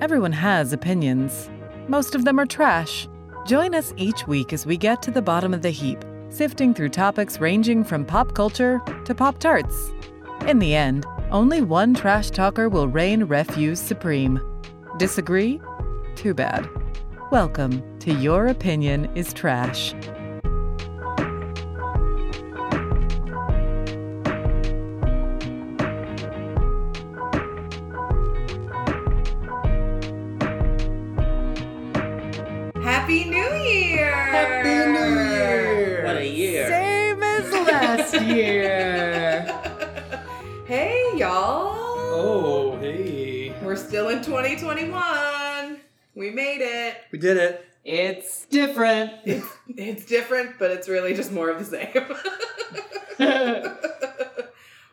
Everyone has opinions. Most of them are trash. Join us each week as we get to the bottom of the heap, sifting through topics ranging from pop culture to Pop Tarts. In the end, only one trash talker will reign refuse supreme. Disagree? Too bad. Welcome to Your Opinion is Trash. Happy New Year! Happy New Year! What a year. Same as last year. Hey, y'all! oh, hey. We're still in 2021. We made it. We did it. It's different. It's different, but it's really just more of the same.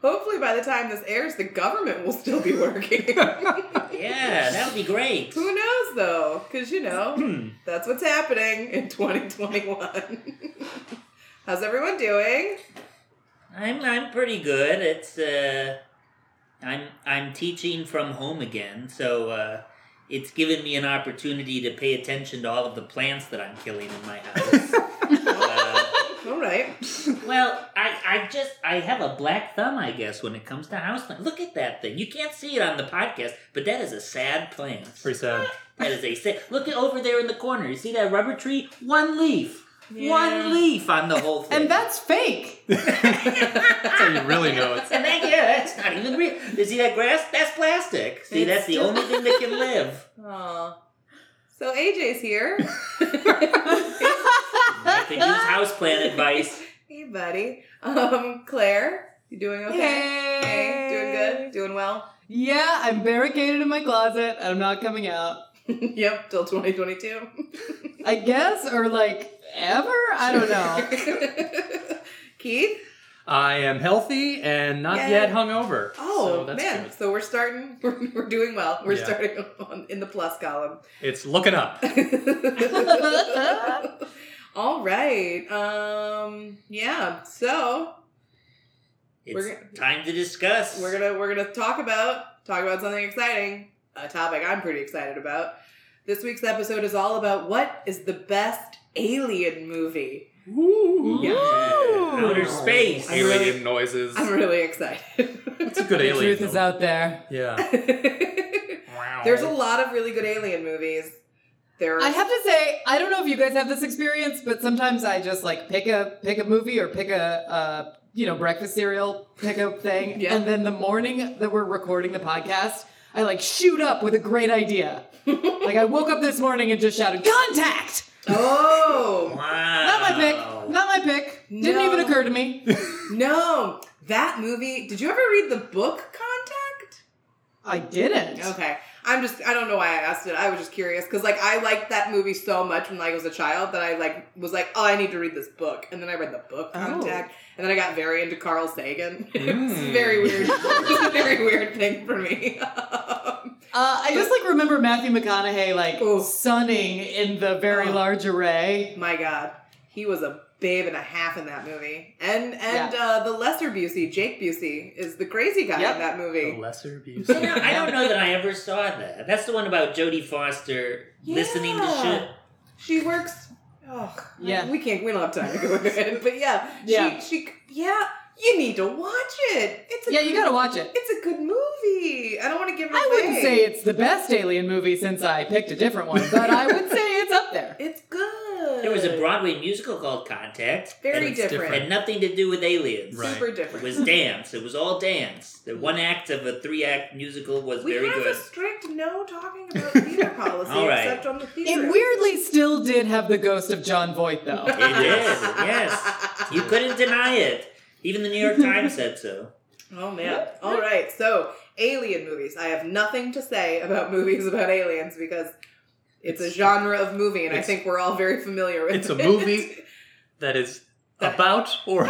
Hopefully, by the time this airs, the government will still be working. Yeah, that would be great. Who knows, though? Because, you know, that's what's happening in 2021. How's everyone doing? I'm I'm pretty good. It's uh I'm I'm teaching from home again, so uh it's given me an opportunity to pay attention to all of the plants that I'm killing in my house. uh, All right. well, I, I just I have a black thumb, I guess, when it comes to house plants. Look at that thing. You can't see it on the podcast, but that is a sad plant. Pretty sad. That is a sad. Look at over there in the corner. You see that rubber tree? One leaf. Yeah. One leaf on the whole thing. And that's fake. That's how you really know it's. And that, yeah, that's not even real. You see that grass? That's plastic. See, It's that's the still- only thing that can live. Aw. So, AJ's here. I think use houseplant advice. Hey, buddy. Um, Claire, you doing okay? Hey, doing good? Doing well? Yeah, I'm barricaded in my closet. I'm not coming out. yep, till 2022. I guess, or like ever? I don't know. Keith? I am healthy and not Yay. yet hungover. Oh, so that's man. So we're starting, we're, we're doing well. We're Yeah. starting on, in the plus column. good. It's looking up. All right. Um, yeah. So It's We're gonna- time to discuss. we're gonna we're gonna talk about talk about something exciting a topic i'm pretty excited about this week's episode is all about what is the best alien movie Yeah. Outer space. I'm really- Alien noises. i'm really excited It's a good The alien. truth is though. out there. Yeah. there's a lot of really good alien movies there are I have to say, I don't know if you guys have this experience, but sometimes I just like pick a pick a movie or pick a uh, you know breakfast cereal pick a thing, Yeah. and then the morning that we're recording the podcast, I like shoot up with a great idea. like I woke up this morning and just shouted, "Contact!" oh Wow. Not my pick. Not my pick. Didn't No. even occur to me. no that movie did you ever read the book contact I didn't. Okay. I'm just I don't know why I asked it. I was just curious cuz like I liked that movie so much when like, I was a child that I like was like, "Oh, I need to read this book." And then I read the book Oh. Contact, and then I got very into Carl Sagan. it was Mm. very weird. it was a very weird thing for me. Um, Uh, I just like remember Matthew McConaughey like Ooh. sunning in the very Oh. large array. my god. He was a babe and a half in that movie. And and uh, the lesser Busey, Jake Busey is the crazy guy Yep. in that The movie. lesser abuse. You know, I don't know that I ever saw that. That's the one about Jodie Foster listening to Yeah. shit. She works Oh, Yeah. We can't we don't have time to go into it. But yeah, Yeah. she she yeah, you need to watch it. It's a Yeah, you good- gotta watch it. It's a good movie. I don't want to give it I away. wouldn't say it's the best alien movie since I picked a different one, but I would say it's up there. it's good. There was a Broadway musical called Contact. very it's different. different. Had nothing to do with aliens. Right. Super It different. was dance. It was all dance. The one act of a three act musical was we very have good. a strict no talking about theater policy All right. except on the theater. It weirdly still did have the ghost of John Voight though. It is, yes. You couldn't deny it. Even the New York Times said so. Oh man. All right. So, alien movies. I have nothing to say about movies about aliens because it's, a It's- genre of movie and I it's- think we're all very familiar with It's a it. movie that is about or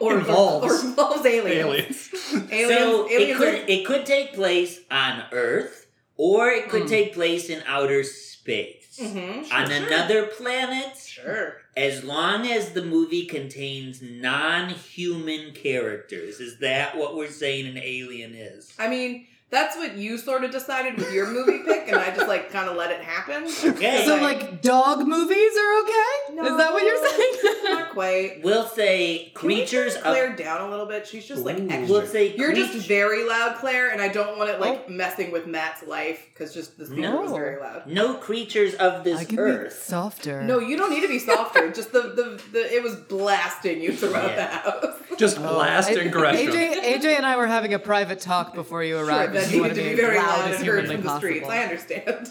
or Involves. or involves aliens. aliens. Aliens, so it aliens could are- it could take place on Earth, or it could Mm. take place in outer space. Mhm, On Mm-hmm. sure, another planet, Sure. as long as the movie contains non human characters. Is that what we're saying an alien is? I mean, That's what you sort of decided with your movie pick, and I just like kind of let it happen. Okay. So like dog movies are okay? Is that what you're saying? Not quite. We'll say Can we creatures turn of. Claire down a little bit. She's just like Ooh. extra. We'll say You're just creat- very loud, Claire, and I don't want it Oh. like messing with Matt's life because just the speaker was No. very loud. no creatures of I this can be earth. softer. No, you don't need to be softer. just the, the the it was blasting you throughout Yeah. the house. Just Oh, blast I- and gresham. AJ, AJ and I were having a private talk before you Sure, arrived. that and you wanted needed to be as very loud loud as and heard humanly from the streets. I possible. understand.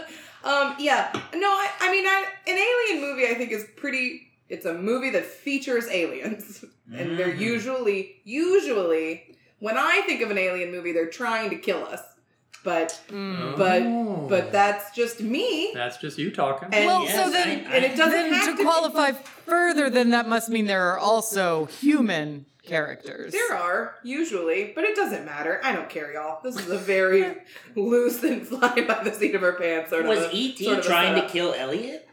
um, yeah, no, I, I mean, I, an alien movie, I think, is pretty. It's a movie that features aliens, and they're Mm-hmm. Mhm. usually, usually, when I think of an alien movie, they're trying to kill us. But, Oh. but, but that's just me. That's just you talking. And- Well, Yes, so then, I- and it doesn't have then to to be- qualify further, then that must mean there are also human characters. There are usually, but it doesn't matter. I don't care, y'all. This is a very loose and fly by the seat of our pants sort Was of. a- E.T. sort of a trying to E setup. kill Elliot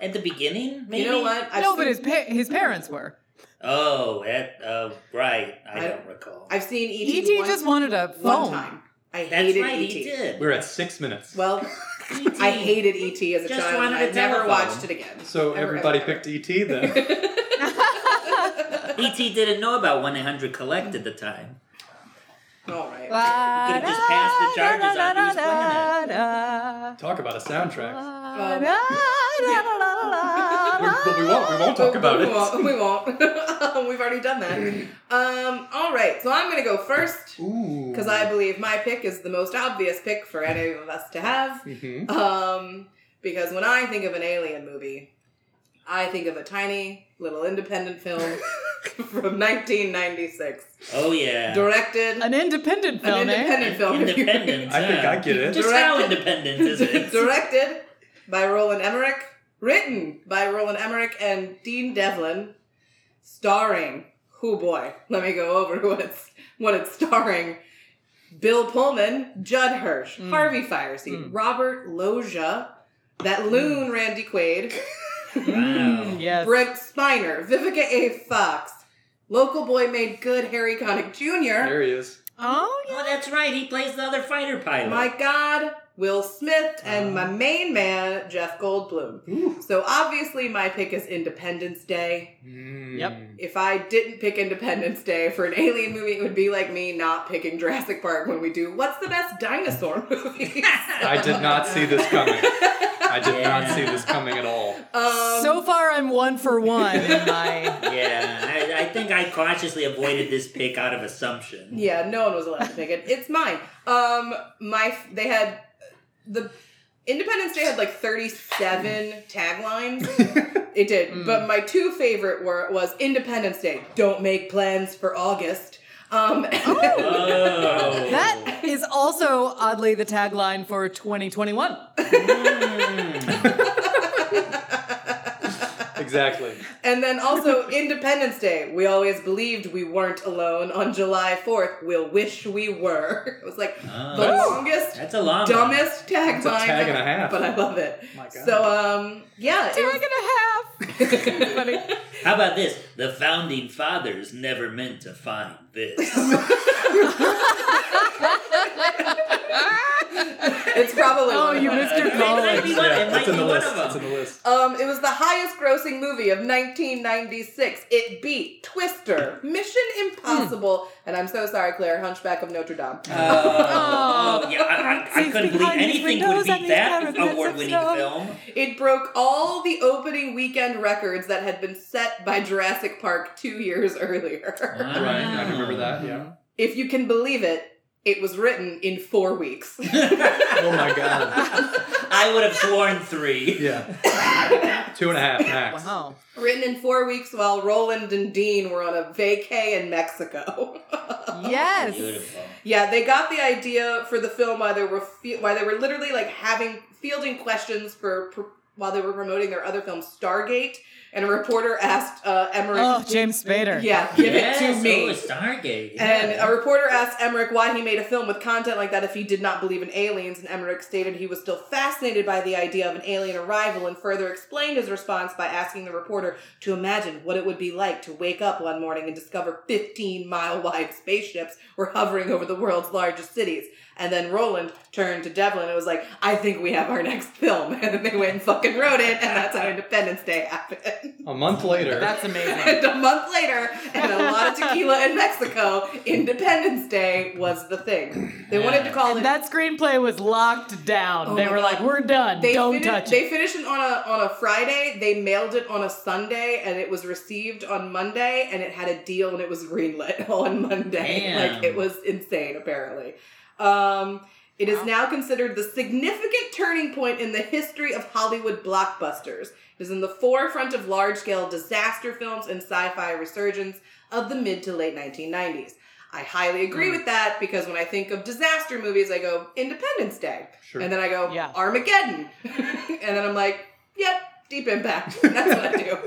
at the beginning? Maybe? You know what? I've no, but seen- his pa- his parents were. Oh, that, oh, right. I, I- don't recall. I've seen ET. E ET once- just wanted a One phone. time. I That's hated right, ET. he did. E We're at six minutes. Well, E.T.. I hated ET as a Just child. and wanted I a never telephone. watched it again. so Ever, ever, everybody ever. picked ET then. E.T. E didn't know about 1 800 Collect at the time. All right. Ah. Could've just passed the charges on who's playing Talk about a soundtrack. Um, We- but But we won't. We won't talk But about we it. Won't, we won't. We've already done that. Um, all right. So I'm going to go first Ooh. because I believe my pick is the most obvious pick for any of us to have. Mhm. Um, because when I think of an alien movie, I think of a tiny little independent film from 1996, Oh, yeah. directed An independent an film, eh? independent film. if you- Independence. I think yeah. I get it. Just how Directed- independent is it? directed by Roland Emmerich, written by Roland Emmerich and Dean Devlin, starring who boy? Let me go over what it's what it's starring. Bill Pullman, Judd Hirsch, Mm. Harvey Mm. Firestein, Robert Loggia, that loon Randy Quaid, Mm, Wow. yes. Brent Spiner, Vivica A. Fox, local boy made good Harry Connick Jr. There he is. Oh yeah. Oh, that's right. He plays the other fighter pilot. My God, Will Smith, and my main man Jeff Goldblum. So obviously, my pick is Independence Day. Mm. If I didn't pick Independence Day for an alien movie, it would be like me not picking Jurassic Park when we do what's the best dinosaur movie. I did not see this coming. I did not see this coming at all. Um, so far, I'm one for one in my. yeah, I, I think I cautiously avoided this pick out of assumption. yeah, no one was allowed to pick it. It's mine. Um, my they had the Independence Day had like thirty-seven taglines. It did. Mm. Hmm. But my two favorite were was Independence Day. Don't make plans for August. Um, Oh. That is also oddly the tagline for 2021. Mm. Exactly. And then also Independence Day. We always believed we weren't alone on July 4th. We'll wish we were. It was like Oh, the Ah. That's- longest, That's a long one. dumbest tagline. It's a tag and a half. But I love it. My God. So um yeah. Tag and a half. it was- Funny. How about this? The founding fathers never meant to find this. it's probably Oh, one of you mine. missed your It might be calling. one- it Yeah, might it's in be the one list. of them. It's in the list. Um, it was the highest grossing movie of 1996. It beat Twister, Mission Impossible, Hmm. and I'm so sorry, Claire, Hunchback of Notre Dame. Oh, yeah, I, I, I Six couldn't believe behind these anything windows would and beat these that parapets of award-winning snow. film. It broke all the opening weekend records that had been set by Jurassic Park two years earlier. Right. I can remember that. Yeah. If you can believe it, it was written in four weeks. Oh my god. I would have sworn three. Yeah. Two and a half max. Wow. written in four weeks while Roland and Dean were on a vacay in Mexico. Yes. Beautiful. Yeah, they got the idea for the film while they were fe- while they were literally like having fielding questions for pr- while they were promoting their other film Stargate, and a reporter asked uh, Emmerich. Oh, James Spader. Yeah, give yes, it to me. Oh, Stargate. And yeah. a reporter asked Emmerich why he made a film with content like that if he did not believe in aliens, and Emmerich stated he was still fascinated by the idea of an alien arrival and further explained his response by asking the reporter to imagine what it would be like to wake up one morning and discover 15 mile wide spaceships were hovering over the world's largest cities. And then Roland turned to Devlin and was like, I think we have our next film. And then they went and fucking wrote it, and that's how Independence Day happened. A month later, That's amazing. and a month later, and a lot of tequila in Mexico, Independence Day was the thing. They wanted to call it. that screenplay was locked down. Oh they my were God. like, "We're done. they Don't finished, touch it." They finished it on a on a Friday. They mailed it on a Sunday, and it was received on Monday. And it had a deal, and it was greenlit on Monday. Damn. Like it was insane. Apparently, um, it is Wow. now considered the significant turning point in the history of Hollywood blockbusters. It is in the forefront of large scale disaster films and sci fi resurgence of the mid to late 1990s. I highly Hmm. agree with that because when I think of disaster movies, I go Independence Day. Sure. And then I go Yeah. Armageddon. and then I'm like, yep, Deep Impact. That's what I do.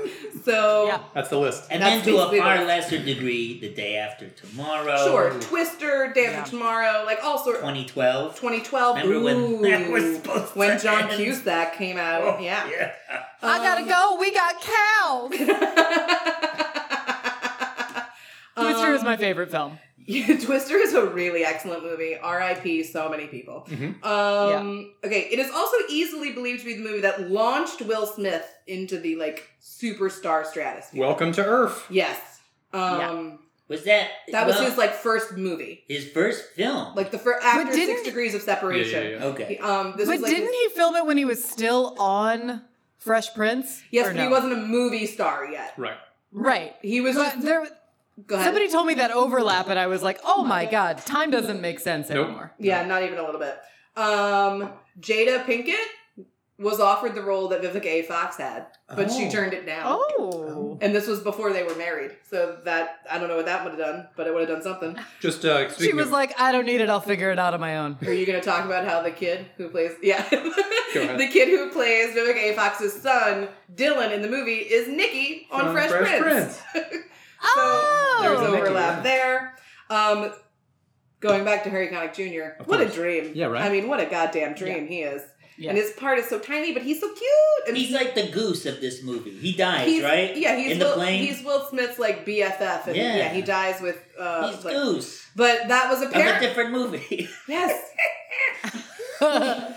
So, Yeah. that's the list. And That's then to a basically far what- lesser degree, the day after tomorrow. sure, Twister, Day After Tomorrow, like all sorts. 2012. 2012. Remember when ooh, that was supposed when to John end? Cusack came out. Oh, yeah. yeah. I gotta go. We got cows. Twister um, is my favorite film. Yeah, Twister is a really excellent movie. R.I.P. So many people. Mm-hmm. Mhm. Um, Okay, it is also easily believed to be the movie that launched Will Smith into the like superstar stratosphere. Welcome to Earth. yes. Um, Was that That was well, his like first movie, his first film? like the first after Six didn't- Degrees of Yeah, yeah, Separation. yeah. okay. He- Um, this But was like didn't his- he film it when he was still on Fresh Prince? yes, Or but no? he wasn't a movie star yet. Right. Right. He was But just there, go ahead. somebody told me that overlap, and I was like, "Oh my god, time doesn't make sense Nope. anymore." Yeah, not even a little bit. Um, Jada Pinkett was offered the role that Vivica A. Fox had, but she Oh. turned it down. Oh, And this was before they were married, so that I don't know what that would have done, but it would have done something. Just uh, she speaking was of, like, "I don't need it. I'll figure it out on my own." Are you going to talk about how the kid who plays, yeah, ahead. the kid who plays Vivica A. Fox's son, Dylan, in the movie is Nikki on, on Fresh, Prince. oh, There's Oh, Mickey, overlap yeah. there. Um, going back to Harry Connick Jr. Of What a course. dream! Yeah, right? I mean, what a goddamn dream he is. Yeah. And his part is so tiny, but he's so cute. And He's like the goose of this movie. He dies, he's- right? Yeah, he's in Will, the plane. He's Will Smith's like BFF, and yeah, Yeah. he dies with. Uh, He's like- goose but that was of a apparent. different movie. yes,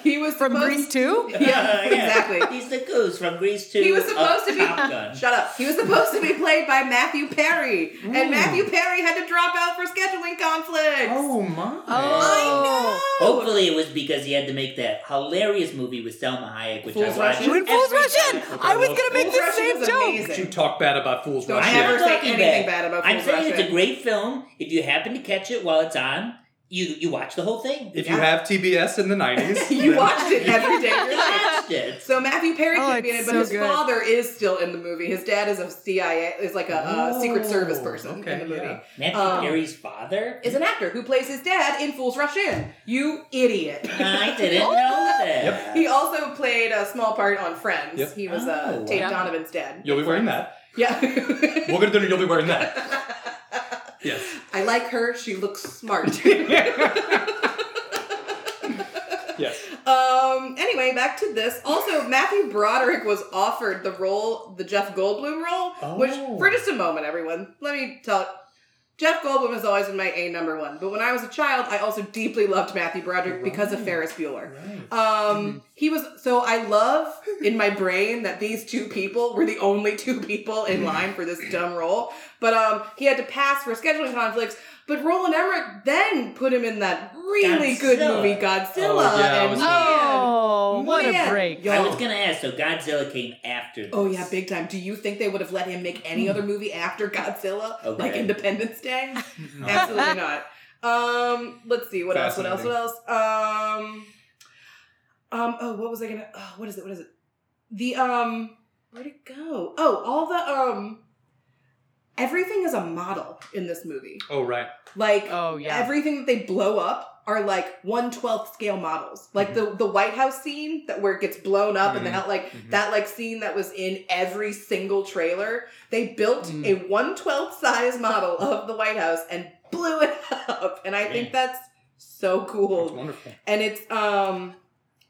he was From supposed- Grease too. Yeah, exactly. He's the goose from Grease 2. He was of supposed to be. Top Gun. Shut up. He was supposed to be played by Matthew Perry, and Ooh. Matthew Perry had to drop out for scheduling conflicts. Oh my. Oh, I know. Hopefully, it was because he had to make that hilarious movie with Selma Hayek, which Fools I watched. Rush In? when fools every rush in, time. I was gonna make Fools the Rush In same was joke. amazing. Don't you talk bad about Fools Don't Rush I'm In. ever not say talking anything bad. bad about I'm Fools saying Rush it's a In. great film. If you happen to catch it while it's on, you you watch the whole thing. If Yeah. you have TBS in the 90s, You then- watched it every day of You your life. watched it. So Matthew Perry Oh, could be in it, it's but so his good. father is still in the movie. His dad is a CIA, is like a, uh Oh, Secret Service person okay, in the movie. yeah. Matthew Um, Perry's father? Is an actor who plays his dad in Fools Rush In. You idiot. I didn't know that. Yep. He also played a small part on Friends. Yep. He was uh, Oh, Tate wow. Donovan's dad. You'll be wearing that. Yeah. We'll get it done and you'll be wearing that. Yes. I like her. She looks smart. Yes. Um. Anyway, back to this. Also, Matthew Broderick was offered the role, the Jeff Goldblum role, which Oh. for just a moment, everyone, let me tell. Jeff Goldblum has always been my A number one, but when I was a child, I also deeply loved Matthew Broderick because of Right. Ferris Bueller. Right. Mm-hmm. Um, he was so I love in my brain that these two people were the only two people in line for this dumb role. But um, he had to pass for scheduling conflicts. But Roland Emmerich then put him in that really good Godzilla. movie Godzilla. Oh, yeah, I and uh, was- man, Oh, what man, a break! I y'all. was gonna ask. So Godzilla came after. This. Oh yeah, big time. Do you think they would have let him make any other movie after Godzilla, Okay. like Independence Day? No. Absolutely not. Um, let's see. What else? What else? What else? Um, um. Oh, what was I gonna? Oh, what is it? What is it? The um. Where'd it go? Oh, all the um. everything is a model in this movie. Oh right. Like Oh yeah. everything that they blow up are like one twelfth scale models. Like Mm-hmm. the the White House scene that where it gets blown up and the Mhm. hell like Mhm. that like scene that was in every single trailer. They built Mm. a one twelfth size model of the White House and blew it up. And I think that's so That's cool. wonderful. And it's um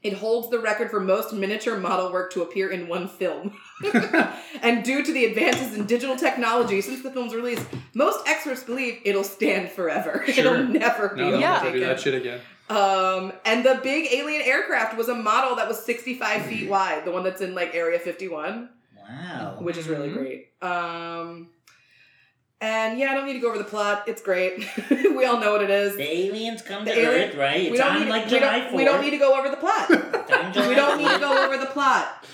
it holds the record for most miniature model work to appear in one film. And due to the advances in digital technology since the film's release, most experts believe it'll stand forever. Sure. It'll never be No, they'll Yeah. never do that overtaken. shit again. Um, and the big alien aircraft was a model that was 65 feet wide, the one that's in like Area 51, Wow. which is really Mm-hmm. Mhm. great. Um, and yeah, I don't need to go over the plot. It's great. we all know what it is. the aliens come The to alien- Earth, right? It's we don't on need. like we, July don't, 4th. we don't need to go over the plot. It's on July we don't need to go over the plot.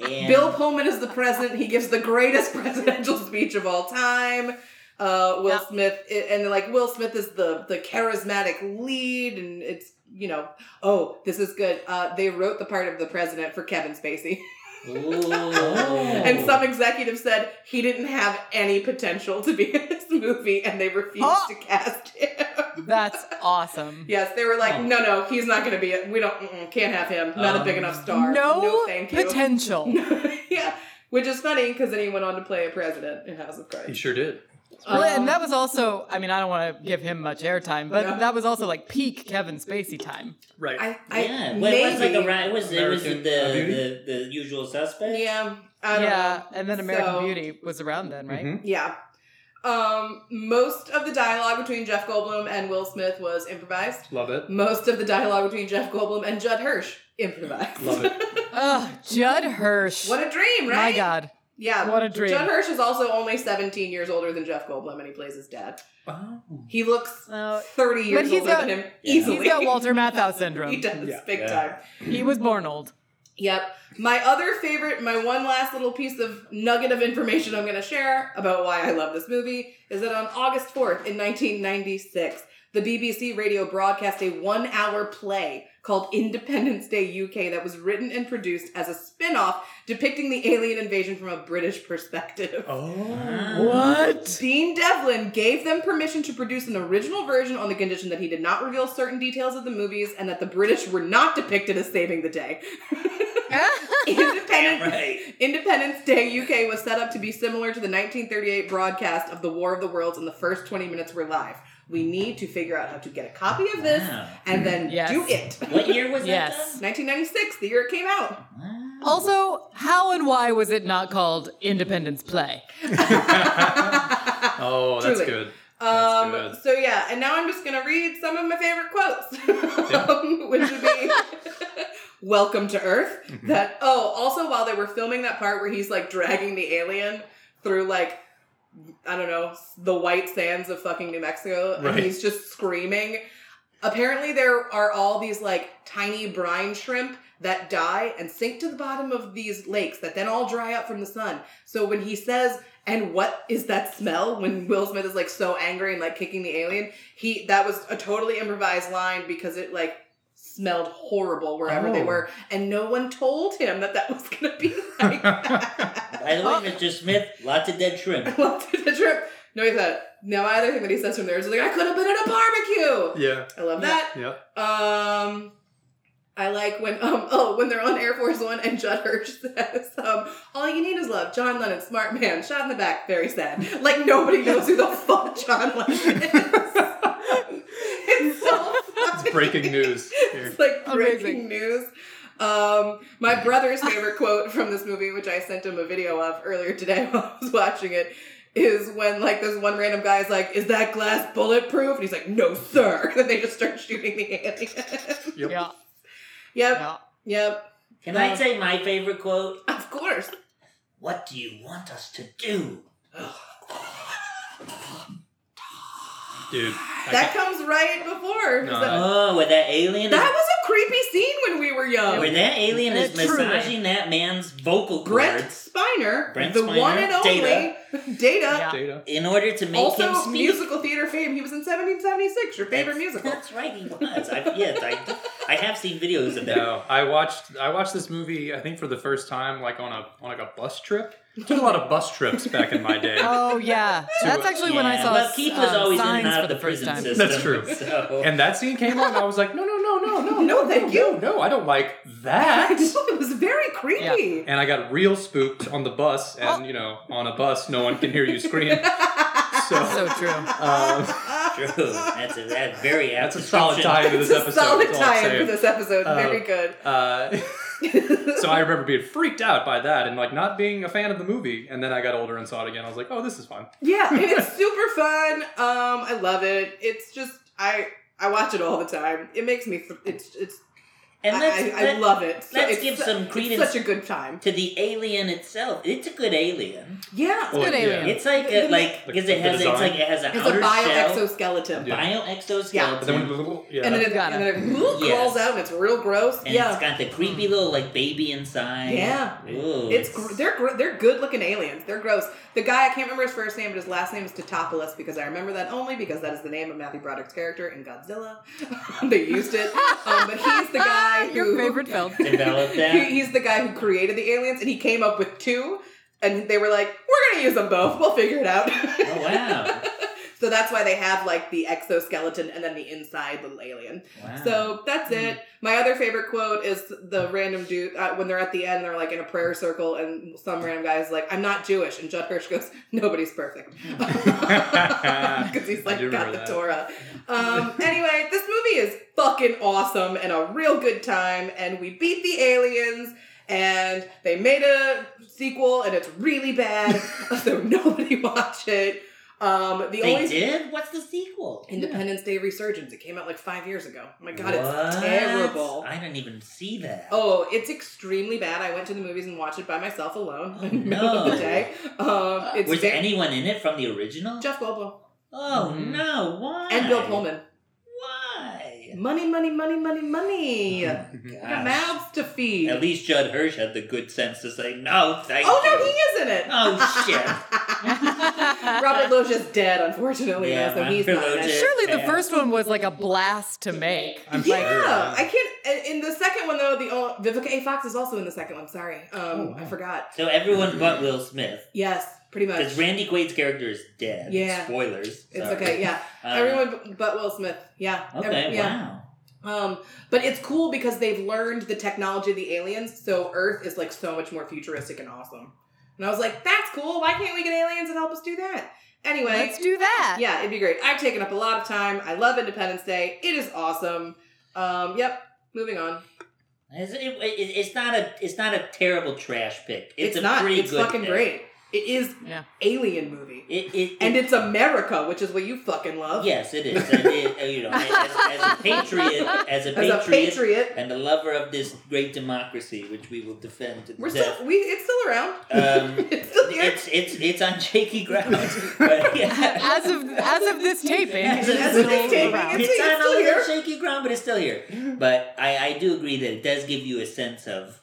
4th, and Bill Pullman is the president. He gives the greatest presidential speech of all time. Uh, Will Yeah. Smith i- and like Will Smith is the the charismatic lead, and it's you know oh this is good. Uh, they wrote the part of the president for Kevin Spacey, Ooh. Oh. and some executive said he didn't have any potential to be in this movie, and they refused Oh. to cast him. That's awesome. yes, they were like Oh. no no he's not going to be it. We don't mm-mm, can't have him. Not a big Um, enough star. No, thank you. potential. yeah, which is funny because then he went on to play a president in House of He Cards. Um, sure did. Well, and that was also, I mean, I don't want to give him much airtime, but No. that was also like peak Kevin Spacey time. Right. I, I yeah, well, maybe, it was like around. It was it was the American the, Beauty? the usual suspect. yeah, I don't yeah, know. and then American So- Beauty was around then, right? Mhm. Yeah. Um, most of the dialogue between Jeff Goldblum and Will Smith was improvised. Love it. Most of the dialogue between Jeff Goldblum and Judd Hirsch improvised. Love it. Ugh, Judd Hirsch. what a dream, right? My God, Yeah. what a dream. Judd Hirsch is also only 17 years older than Jeff Goldblum, and he plays his dad. Wow. He looks Oh, 30 years he's older got- than him yeah. easily. he's got Walter Matthau he syndrome. does, Yeah. big Yeah. time. He was born old. Yep. My other favorite, my one last little piece of nugget of information I'm going to share about why I love this movie is that on August 4th in 1996, the BBC radio broadcast a one hour play called Independence Day UK that was written and produced as a spin off depicting the alien invasion from a British perspective. Oh. Wow. What? Dean Devlin gave them permission to produce an original version on the condition that he did not reveal certain details of the movies and that the British were not depicted as saving the day. Independence, Damn right. Independence Day UK was set up to be similar to the 1938 broadcast of the War of the Worlds, and the first 20 minutes were live. We need to figure out how to get a copy of this Wow. and then Yes. do it. What year was Yes. that? 1996, the year it came out. done? Wow. also, how and why was it not called Independence Play? Oh, that's Truly. good. That's Um, good. so yeah, and now I'm just gonna read some of my favorite quotes, um, which would be "Welcome to Earth." Mm-hmm. That oh, also while they were filming that part where he's like dragging the alien through like I don't know the white sands of fucking New Mexico, Right. and he's just screaming. Apparently, there are all these like tiny brine shrimp that die and sink to the bottom of these lakes that then all dry up from the sun. So when he says, "And what is that smell?" when Will Smith is like so angry and like kicking the alien, he that was a totally improvised line because it like smelled horrible wherever they Oh. were, and no one told him that that was gonna be like that. By the way, Mr. Smith, lots of dead shrimp. well, to the trip. No, he said. Now, my other thing that he says from there is like, "I could have been at a barbecue." Yeah. I love that. Yeah. Um, I like when um oh when they're on Air Force One and Judd Hirsch says um all you need is love. John Lennon, smart man, shot in the back, very sad. Like nobody knows who the fuck John Lennon is. it's so It's breaking news here. it's like breaking Amazing. news. Um, my brother's favorite quote from this movie, which I sent him a video of earlier today while I was watching it, is when like this one random guy is like, "Is that glass bulletproof?" And he's like, "No, sir." And they just start shooting the alien. Yep. Yeah, yep, yeah. yep. Can I say my favorite quote? Of course. What do you want us to do? Dude. I That comes right before. 'cause No, that, Oh, with that alien. that was a creepy scene when we were young. where that alien is Uh, truly. massaging that man's vocal Brent cords Spiner, Brent the Spiner, one and only Data. Data, Yeah. got data. in order to make him also speak. musical theater fame. He was in 1776, your favorite That's- musical. That's right, he was. I, yes, I, I have seen videos of that. No, I watched I watched this movie I think for the first time like on a on like a bus trip Did a lot of bus trips back in my day. Oh yeah, that's actually when I Yeah, saw. well, Keith was um, always in signs and out for of the, the first prison time. system. That's true. So And that scene came on, and I was like, no, no, no, no, no, Oh, No, thank no, you. Oh. No, no, I don't like that. it was very creepy. And I got real spooked on the bus, and you know, on a bus, no one can hear you scream. So, So true. um, true. That's a that's very apt that's a solid description. tie into this It's a episode. solid that's all I'm tie saying. for this episode. very good. Uh, so I remember being freaked out by that and like not being a fan of the movie. And then I got older and saw it again. I was like, oh, this is fun. Yeah, and it's super fun. Um, I love it. It's just I I watch it all the time. It makes me. It's it's. And let's, I, I, let- I love it. So let's it's give su- some it's credence- such a good time. to the alien itself. It's a good alien. Yeah, Well, good alien. It's like The- a, the- like because the it has it's design. like it has a it's outer a bio shell, exoskeleton. Yeah. bio But exoskeleton, then we, yeah. And then You it, got and then it Yes. crawls out and it's real gross. and yeah. it's got the creepy little like baby inside. Yeah. Ooh, It's gr- they're gr- they're good looking aliens. They're gross. The guy I can't remember his first name, but his last name is Totopoulos because I remember that only because that is the name of Matthew Broderick's character in Godzilla. they used it, um, but he's the guy Ah, Your who favorite film. developed that. he, he's the guy who created the aliens, and he came up with two, and they were like, "We're gonna use them both. We'll figure it out." oh wow. so that's why they have like the exoskeleton and then the inside little alien. wow. So Hmm. that's it. My other favorite quote is the random dude uh, when they're at the end, they're like in a prayer circle, and some random guy is like, "I'm not Jewish," and Judd Hirsch goes, "Nobody's perfect," because he's Hmm. I like do got remember the that. Torah. Um, anyway, this movie is fucking awesome and a real good time, and we beat the aliens. And they made a sequel, and it's really bad, so nobody watch it. Um, the they only did. What's the sequel? Independence Day Resurgence. It came out like five years ago. Oh my god, it's What? terrible. I didn't even see that. Oh, it's extremely bad. I went to the movies and watched it by myself alone Oh, in the middle of no. the day. Um, it's was ve- anyone in it from the original? Jeff Goldblum oh Mhm. no! Why? and Bill Pullman. Why? Money, money, money, money, money. Oh, Got gosh. mouths to feed. At least Judd Hirsch had the good sense to say no, thank oh you. no, he is in it. Oh, shit. Robert Loge is dead, unfortunately. Yeah, now, so he's Robert not in Loggia. it. Surely the first one was like a blast to make. I'm yeah, sure. I can't. In in the second one though, the oh, Vivica A. Fox is also in the second one. Sorry, um, Oh, I forgot. So everyone but Will Smith, Yes, pretty much. because Randy Quaid's character is dead. Yeah. Spoilers. It's sorry. okay, yeah. Uh, Everyone b- but Will Smith. Yeah. Okay. Every- yeah. Wow. Um, but it's cool because they've learned the technology of the aliens, so Earth is like so much more futuristic and awesome. And I was like, that's cool. Why can't we get aliens and help us do that? Anyway, Let's do that. yeah, it'd be great. I've taken up a lot of time. I love Independence Day. It is awesome. Um, yep. Moving on. It's, it- it- it's not a it's not a terrible trash pick. It's, It's, a not. Pretty It's good fucking pick. great. It is Yeah. alien movie, It, it, and it- it's America, which is what you fucking love. yes, it is. And it- uh, you know, as, as a patriot, as a As patriot, a patriot, and a lover of this great democracy, which we will defend to we're death. still we. It's still around. Um, it's still here. it's it's it's on shaky ground. But yeah. As of as of this taping, As of it's this still taping, around. it's- it's it's on still a little here. shaky ground, but it's still here. But I, I do agree that it does give you a sense of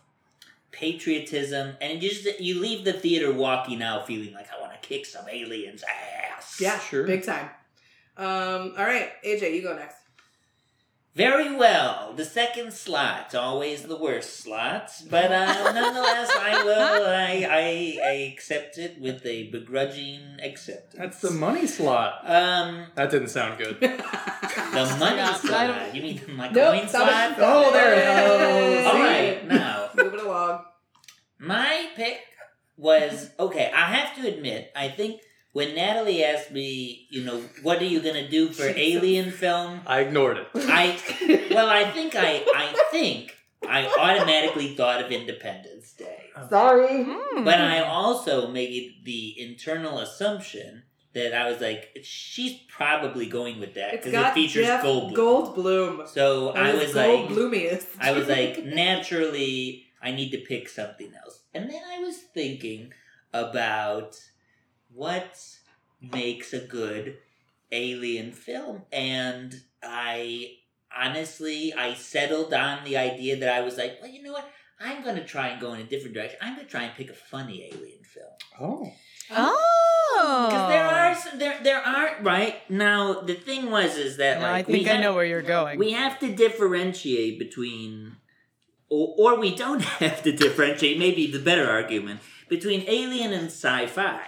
patriotism, and you just you leave the theater walking out feeling like I want to kick some aliens' ass. Yeah, Sure. Big time. Um, all right, AJ, you go next. Very well. The second slot, always the worst slots, but uh, nonetheless, I will. I, I I accept it with a begrudging acceptance. That's the money slot. um. That didn't sound good. The money Yeah, I slot. don't- You mean my Nope, coin stop slot? it. Oh, there it Oh, is. All See? right, now Move it along. my pick was okay. I have to admit, I think when Natalie asked me, you know, what are you gonna do for Alien film? I ignored it. I well, I think I I think I automatically thought of Independence Day, Sorry. Mm. but uh, I also made the internal assumption that I was like, she's probably going with that It's because got it features Jeff Goldblum. Goldblum. So I That is was like, Goldblumiest. I was like, naturally, I need to pick something else. And then I was thinking about what makes a good alien film. And I honestly, I settled on the idea that I was like, well, you know what? I'm going to try and go in a different direction. I'm going to try and pick a funny alien film. Oh. oh, Because there are some, there there are right now. The thing was is that No, I like think we I had- know where you're going. we have to differentiate between, or, or we don't have to differentiate, maybe the better argument, between alien and sci-fi,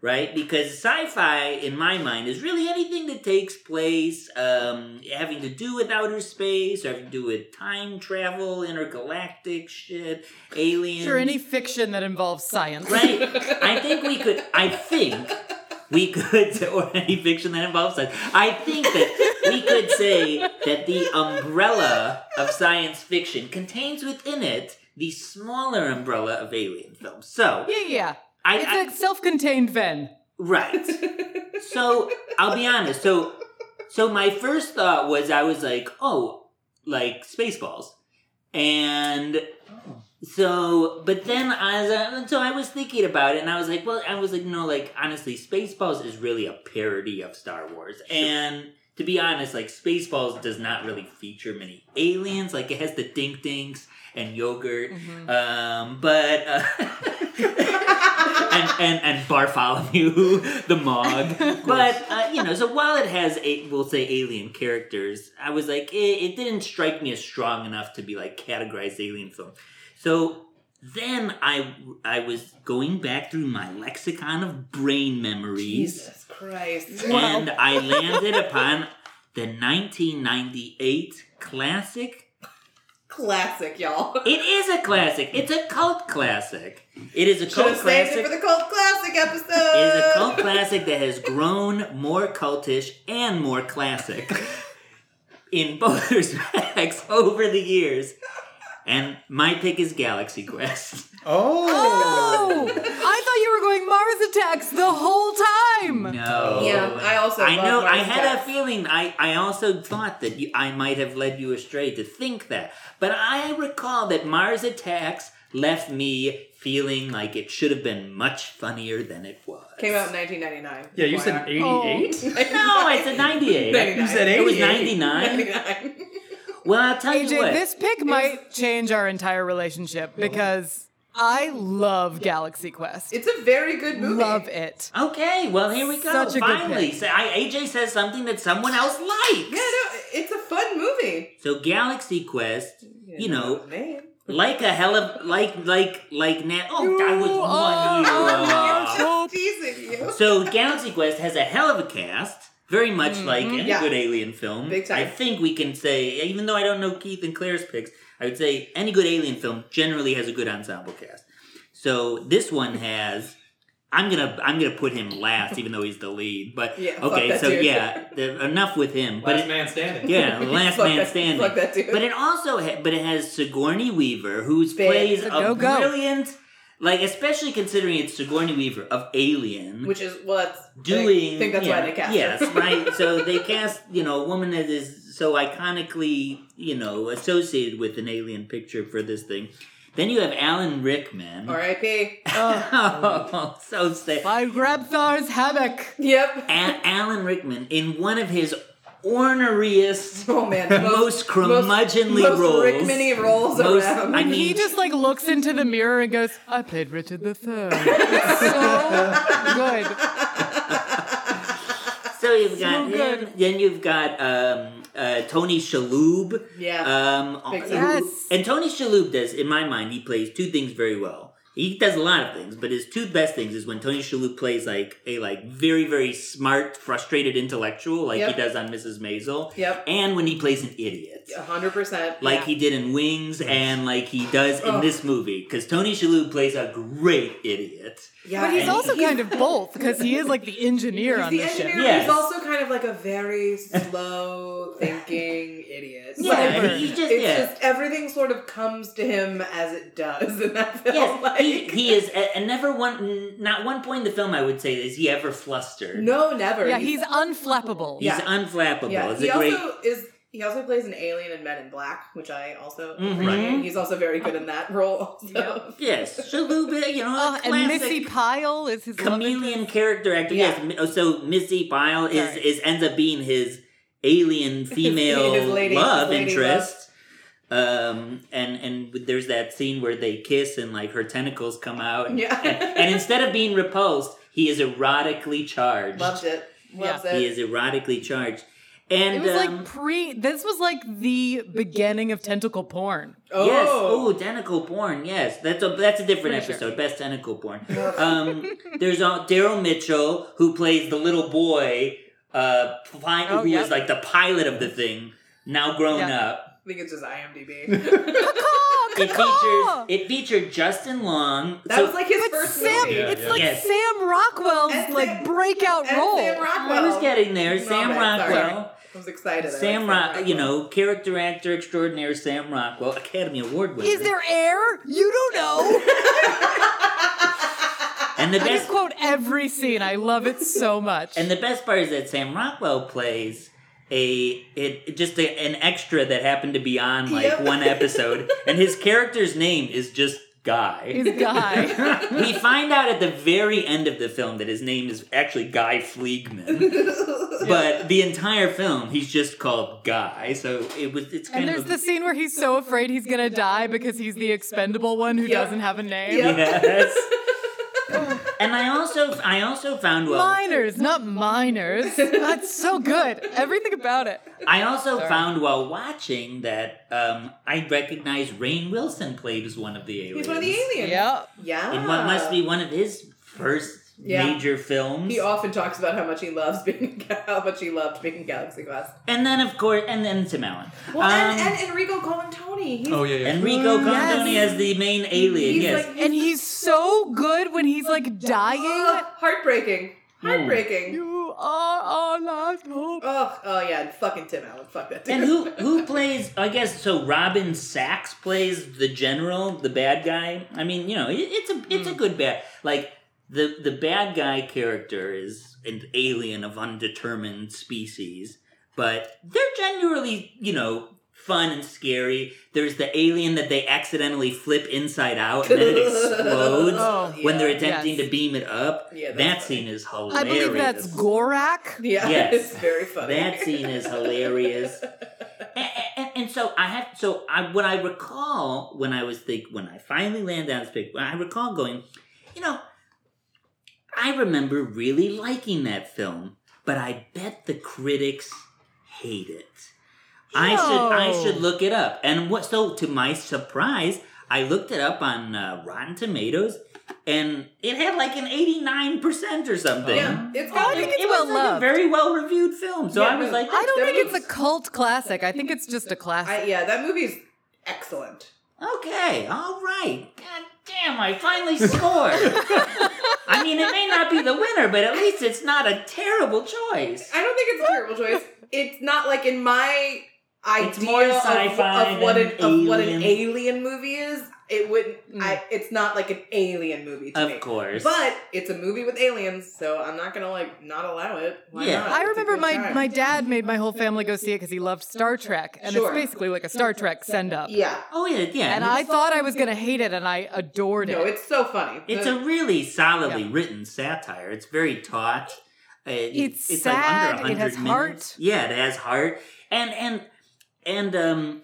right? Because sci-fi, in my mind, is really anything that takes place um, having to do with outer space or having to do with time travel, intergalactic shit, aliens. Sure, any fiction that involves science. Right. I think we could. I think we could, or any fiction that involves science. I think that we could say that the umbrella of science fiction contains within it the smaller umbrella of alien films. So Yeah, yeah. I, It's I- a self-contained Ven. right. So I'll be honest. So so my first thought was I was like, oh, like Spaceballs, and so but then as I, so I was thinking about it, and I was like, well, I was like, no, like honestly, Spaceballs is really a parody of Star Wars, and. To be honest, like Spaceballs does not really feature many aliens. Like it has the dink dinks and yogurt, um, but uh, and, and and Bartholomew the Mog. But uh, you know, so while it has a we'll say alien characters, I was like, it, it didn't strike me as strong enough to be like categorized alien film. So then I I was going back through my lexicon of brain memories, Jesus Christ. and I landed upon the 1998 classic Classic, y'all. It is a classic. It's a cult classic. It is a Should cult have saved classic. it It for the cult classic episode. is a cult classic that has grown more cultish and more classic in both respects over the years. And my pick is Galaxy Quest. Oh. Oh, I thought you were going Mars Attacks the whole time. No. Yeah, I also I love know. I Mars had a Attacks. feeling. I, I also thought that you, I might have led you astray to think that, but I recall that Mars Attacks left me feeling like it should have been much funnier than it was. Came out in 1999. Yeah, you said 88? Oh. No, I said ninety-eight. You said 88. It was ninety-nine. 99. Well, I'll tell AJ, you what. this pick might change our entire relationship because I love Galaxy Quest. It's a very good movie. Love it. okay, well here we go. Such a good Finally, pick. so I, AJ says something that someone else likes. Yeah, no, it's a fun movie. So Galaxy Quest, you know, Man. like a hell of like like like Nat. Oh, You I was are- one year off. I'm just teasing you. So Galaxy Quest has a hell of a cast. Very much like any Mm-hmm. Yeah. good alien film. Big time. I think we can say, even though I don't know Keith and Claire's picks, I would say any good alien film generally has a good ensemble cast. So this one has. I'm gonna I'm gonna put him last, even though he's the lead. But Yeah, fuck okay, that so dude. yeah, the, enough with him. But Last it- man standing. yeah, last Fuck man that- standing. fuck that dude. But it also, ha- but it has Sigourney Weaver, who Big. plays a Go, go. brilliant, like especially considering it's Sigourney Weaver of Alien Which is, well, that's. doing. I think that's yeah, why they cast Yes, her. right. So they cast, you know, a woman that is so iconically, you know, associated with an Alien picture for this thing. Then you have Alan Rickman. R.I.P. Oh, so sad. By Grabthar's Hammock. Yep. A- Alan Rickman in one of his orneriest. Oh, man. Most curmudgeonly most, roles. Most Rickmany roles Most- around. I mean, He just like looks into the mirror and goes, I played Richard III. It's so good. So you've got good. him. Then you've got um, uh, Tony Shalhoub. yeah. Um, Big who- time. Yes. And Tony Shalhoub does, in my mind, he plays two things very well. He does a lot of things, but his two best things is when Tony Shalhoub plays like a like very very smart, frustrated intellectual, like Yep. he does on Mrs. Maisel, yep. and when he plays an idiot. 100%. Like he did in Wings, and like he does in Oh. this movie, because Tony Shalhoub plays a great idiot. Yeah. But he's and also kind of both because he is like the engineer He's on the this ship. engineer. but Yes. He's also kind of like a very slow thinking idiot. Yeah, Like, Cyber. he's just it's yeah. just everything sort of comes to him as it does in that film. Yes, like, he, he is, a- and never one, n- not one point in the film I would say is he ever flustered. no, never. Yeah, he's unflappable. he's yeah. unflappable. yeah. It's he a great. also is. He also plays an alien in Men in Black, which I also. Mhm. Right. He's also very good in that role. also. Mm-hmm. Yeah. yes, Chalupa, you know, Uh, a Oh, and classic Missy Pyle is his love chameleon interest. character actor. Yeah. Yes, mi- oh, so Missy Pyle is, Sorry. is ends up being his alien female His lady- love his lady interest. Um and and there's that scene where they kiss and like her tentacles come out and, Yeah. and, and instead of being repulsed he is erotically charged Loves it. Loves He it. is erotically charged. And It was um, like pre. This was like the beginning of tentacle porn. Oh, Yes. Oh, tentacle porn. Yes, that's a that's a different Pretty sure. episode. Best tentacle porn. um, there's uh, Daryl Mitchell who plays the little boy, uh, pi- Oh, who yep. was like the pilot of the thing. Now grown Yeah. up, I think it's just IMDb. Caw, it features caw. it featured Justin Long. That so- was like his But first Sam, movie. Yeah, it's yeah. like Yes. Sam Rockwell's And like Sam- breakout and role. Sam Rockwell. I was getting there. No, Sam man, sorry. Rockwell. I was excited. I like Sam Rock, you know, character actor extraordinaire Sam Rockwell, Academy Award winner. Is there air? You don't know. and the I just best quote every scene. I love it so much. And the best part is that Sam Rockwell plays a it just a, an extra that happened to be on like Yep. one episode, and his character's name is just Guy. is guy. we find out at the very end of the film that his name is actually Guy Fleegman. But the entire film, he's just called Guy, so it was. It's kind and there's of the scene where he's so afraid he's gonna die because he's the expendable one who Yeah. doesn't have a name. Yeah. yes. and I also, I also found well. Minors, not minors. That's so good. Everything about it. I also found while watching that um, I recognized Rain Wilson played as one of the aliens. He's one of the aliens. Yeah. Yeah. In what must be one of his first Yeah. major films. He often talks about how much he loves being, how much he loved being Galaxy Quest. and then, of course, and then Tim Allen. Well, Um, and, and Enrico Colantoni. He's, Oh yeah, yeah. Enrico Yes. Cantoni as the main alien, he's yes. like, And he's so good when he's like dying. Ugh, heartbreaking, heartbreaking. You are our last hope. Oh, oh yeah, and fucking Tim Allen. Fuck that. Dude. and who who plays? I guess so. Robin Sachs plays the general, the bad guy. I mean, you know, it, it's a it's Hmm. a good bad. Like the the bad guy character is an alien of undetermined species, but they're generally you know fun and scary. There's the alien that they accidentally flip inside out and then it explodes Oh, when they're Yeah. attempting yes. to beam it up. Yeah, that's that funny. scene is hilarious. I believe that's Gorak. Yeah, Yes. it's very funny. That scene is hilarious. And, and, and so I have so I what I recall when I was think when I finally landed on this pick, when I recall going, you know, I remember really liking that film, but I bet the critics hate it. I should I No. Oh. should look it up. And what so to my surprise, I looked it up on uh, Rotten Tomatoes and it had like an 89% or something. yeah, it's Oh, I got think it, it's It was well like a loved. very well reviewed film. So Yeah, I was no. like, I don't There think it's was- a cult classic. I think it's just a classic. I, yeah, that movie's excellent. okay, all right. God damn, I finally scored. I mean, it may not be the winner, but at least it's not a terrible choice. I don't think it's a terrible choice. It's not like in my idea It's more of, sci-fi of what an than of what alien. an alien movie is. It Hmm. wouldn't. I, it's not like an alien movie to Of me. course. but it's a movie with aliens, so I'm not gonna like not allow it. Why Yeah. not? I It's a remember good my, time. my dad made my whole family go see it because he loved Star Trek, and Sure. it's basically like a Star Trek send up. yeah. Oh yeah, yeah. And I thought I was gonna hate it, and I adored No, it. it's so funny. it's The- a really solidly Yeah. written satire. It's very taut. Uh, It- It's like under sad. It 100 has minutes. heart. Yeah, it has heart. And and and um,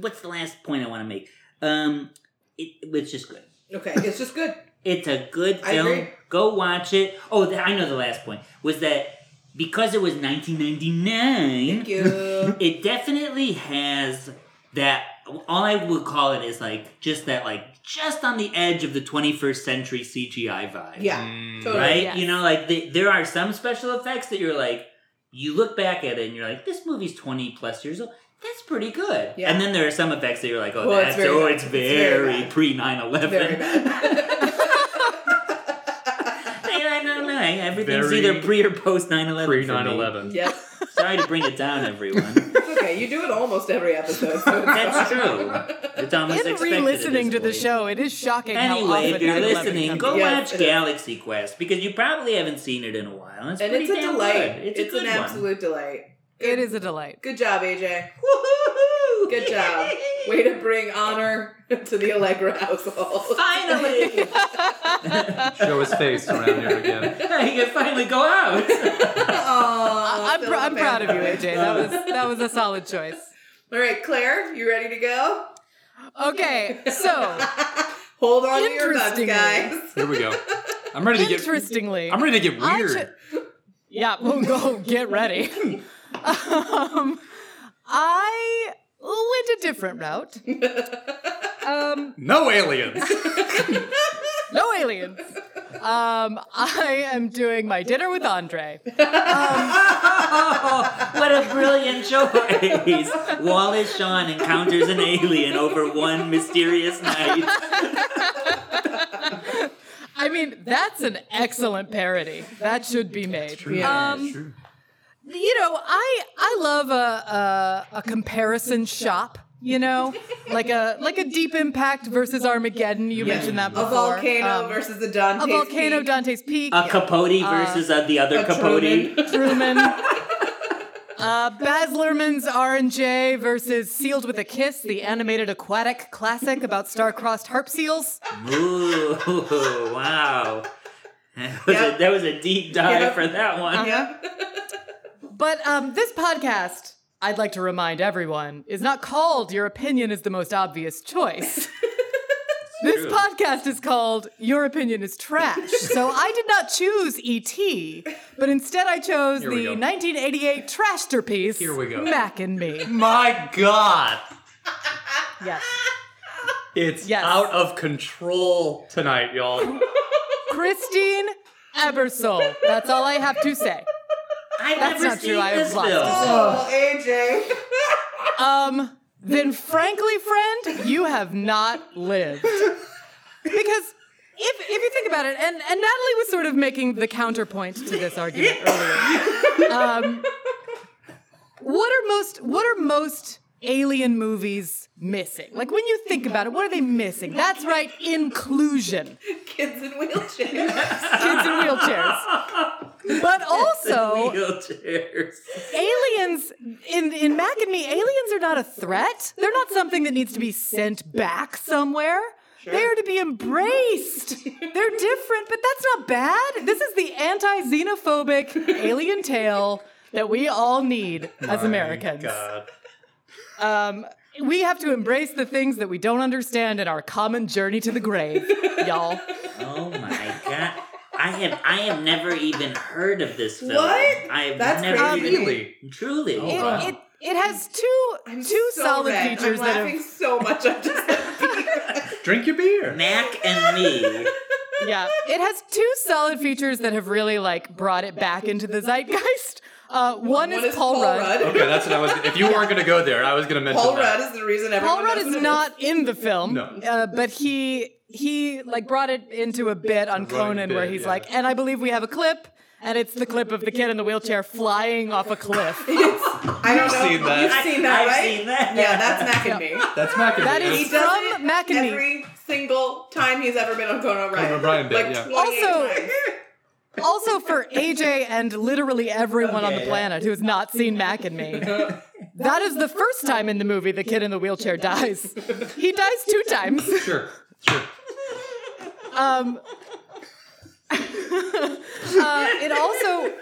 what's the last point I want to make? Um, it, it's just good. okay. It's just good. It's a good I film. agree. Go watch it. Oh, th- I know the last point was that because it was 1999, Thank you. it definitely has that. All I would call it is like just that, like just on the edge of the 21st century CGI vibe. Yeah. Mm. Totally. Right? Yes. You know, like the, there are some special effects that you're like, you look back at it and you're like, this movie's 20 plus years old. That's pretty good. Yeah. And then there are some effects that you're like, oh, Well, it's that's, very oh, bad. it's It's very very bad. pre 9 Very 11. bad. I don't know. Everything's Very either pre or post 9 11. Pre 9/11. yep. Sorry to bring it down, everyone. It's okay. You do it almost every episode. So it's That's fine. true. It's almost expected In at re-listening this to the point. show, it is shocking how Anyway, often if you're 9/11 listening, comes go up. Yes, watch it is. Galaxy Quest because you probably haven't seen it in a while. It's And pretty it's a damn delight. good. It's, It's, a good an one. absolute delight. It is a delight. Good job, AJ. Woo-hoo-hoo! Good job. Way to bring honor to the Allegra household. Finally, Show his face around here again. I can finally go out. Aw, I'm, pr- still I'm a proud of you, fan. AJ. That was that was a solid choice. All right, Claire, you ready to go? Okay, so Hold on to your nuts, Interestingly. guys. Here we go. I'm ready to get. interestingly, I'm ready to get I weird. cho- yeah, we'll go get ready. Um, I went a different route. Um, No aliens. no aliens. Um, I am doing my dinner with Andre. What a brilliant choice! Wallace Shawn encounters an alien over one mysterious night. I mean, that's an excellent parody. That should be made. Yeah. Um, you know, I I love a, a a comparison shop. You know, like a like a Deep Impact versus Armageddon. You mentioned that before. a volcano Um, versus the Dante's a volcano. Peak. Dante's Peak. A Capote versus uh, the other A Capote. Truman. Truman. Uh, Baz Luhrmann's R&J versus Sealed with a Kiss, the animated aquatic classic about star-crossed harp seals. Ooh, wow. That was, Yep. a, that was a deep dive Yep. for that one. Yep. But um, this podcast, I'd like to remind everyone, is not called Your Opinion is the Most Obvious Choice. this true. podcast is called Your Opinion is Trash. so I did not choose E.T., but instead I chose Here we the go. 1988 trashter piece, Here we go. Mac and Me. My God. Yes. It's Yes. out of control tonight, y'all. Christine Ebersole. That's all I have to say. I've That's never not seen true, I this lied. film. Oh, AJ. Um, then frankly, friend, you have not lived. Because if, if you think about it, and, and Natalie was sort of making the counterpoint to this argument earlier. Um, what are most what are most alien movies missing? Like when you think about it, what are they missing? That's right, inclusion. Kids in wheelchairs. Kids in wheelchairs. But also Wheelchairs. aliens in in Mac and Me, aliens are not a threat. They're not something that needs to be sent back somewhere. They are to be embraced. They're different, but that's not bad. This is the anti-xenophobic alien tale that we all need as My Americans. God. Um, we have to embrace the things that we don't understand in our common journey to the grave, y'all. Oh my god. I have I have never even heard of this film. What? I have That's never crazy. even Really? truly. Oh, It, wow. it, it has two I'm two so solid red. features I'm that laughing have so much. I'm just Drink your beer. Mac and me. yeah it has two solid features that have really like brought it back into the zeitgeist uh, one, What is, paul, rudd, Okay, that's what I was. If you weren't gonna go there, I was gonna mention Paul that. Rudd is the reason everyone. paul rudd knows is who it not in the film No. uh, but he he like brought it into a bit on running conan where bit, he's yeah. like and i believe we have a clip and it's the clip of the kid in the wheelchair flying off a cliff I don't You've know. seen that. You've seen that, I've right? seen that. Yeah, that's Mac and me. That's Mac and That me. is- He That's- does From it Mac and Me. every single time he's ever been on Conan O'Brien. Conan O'Brien did, like yeah. 28 Also- times. also for AJ and literally everyone on the Okay. planet who has not seen Mac and me. That is the first time in the movie the kid in the wheelchair dies. He dies two times. sure, sure. Um, uh, it also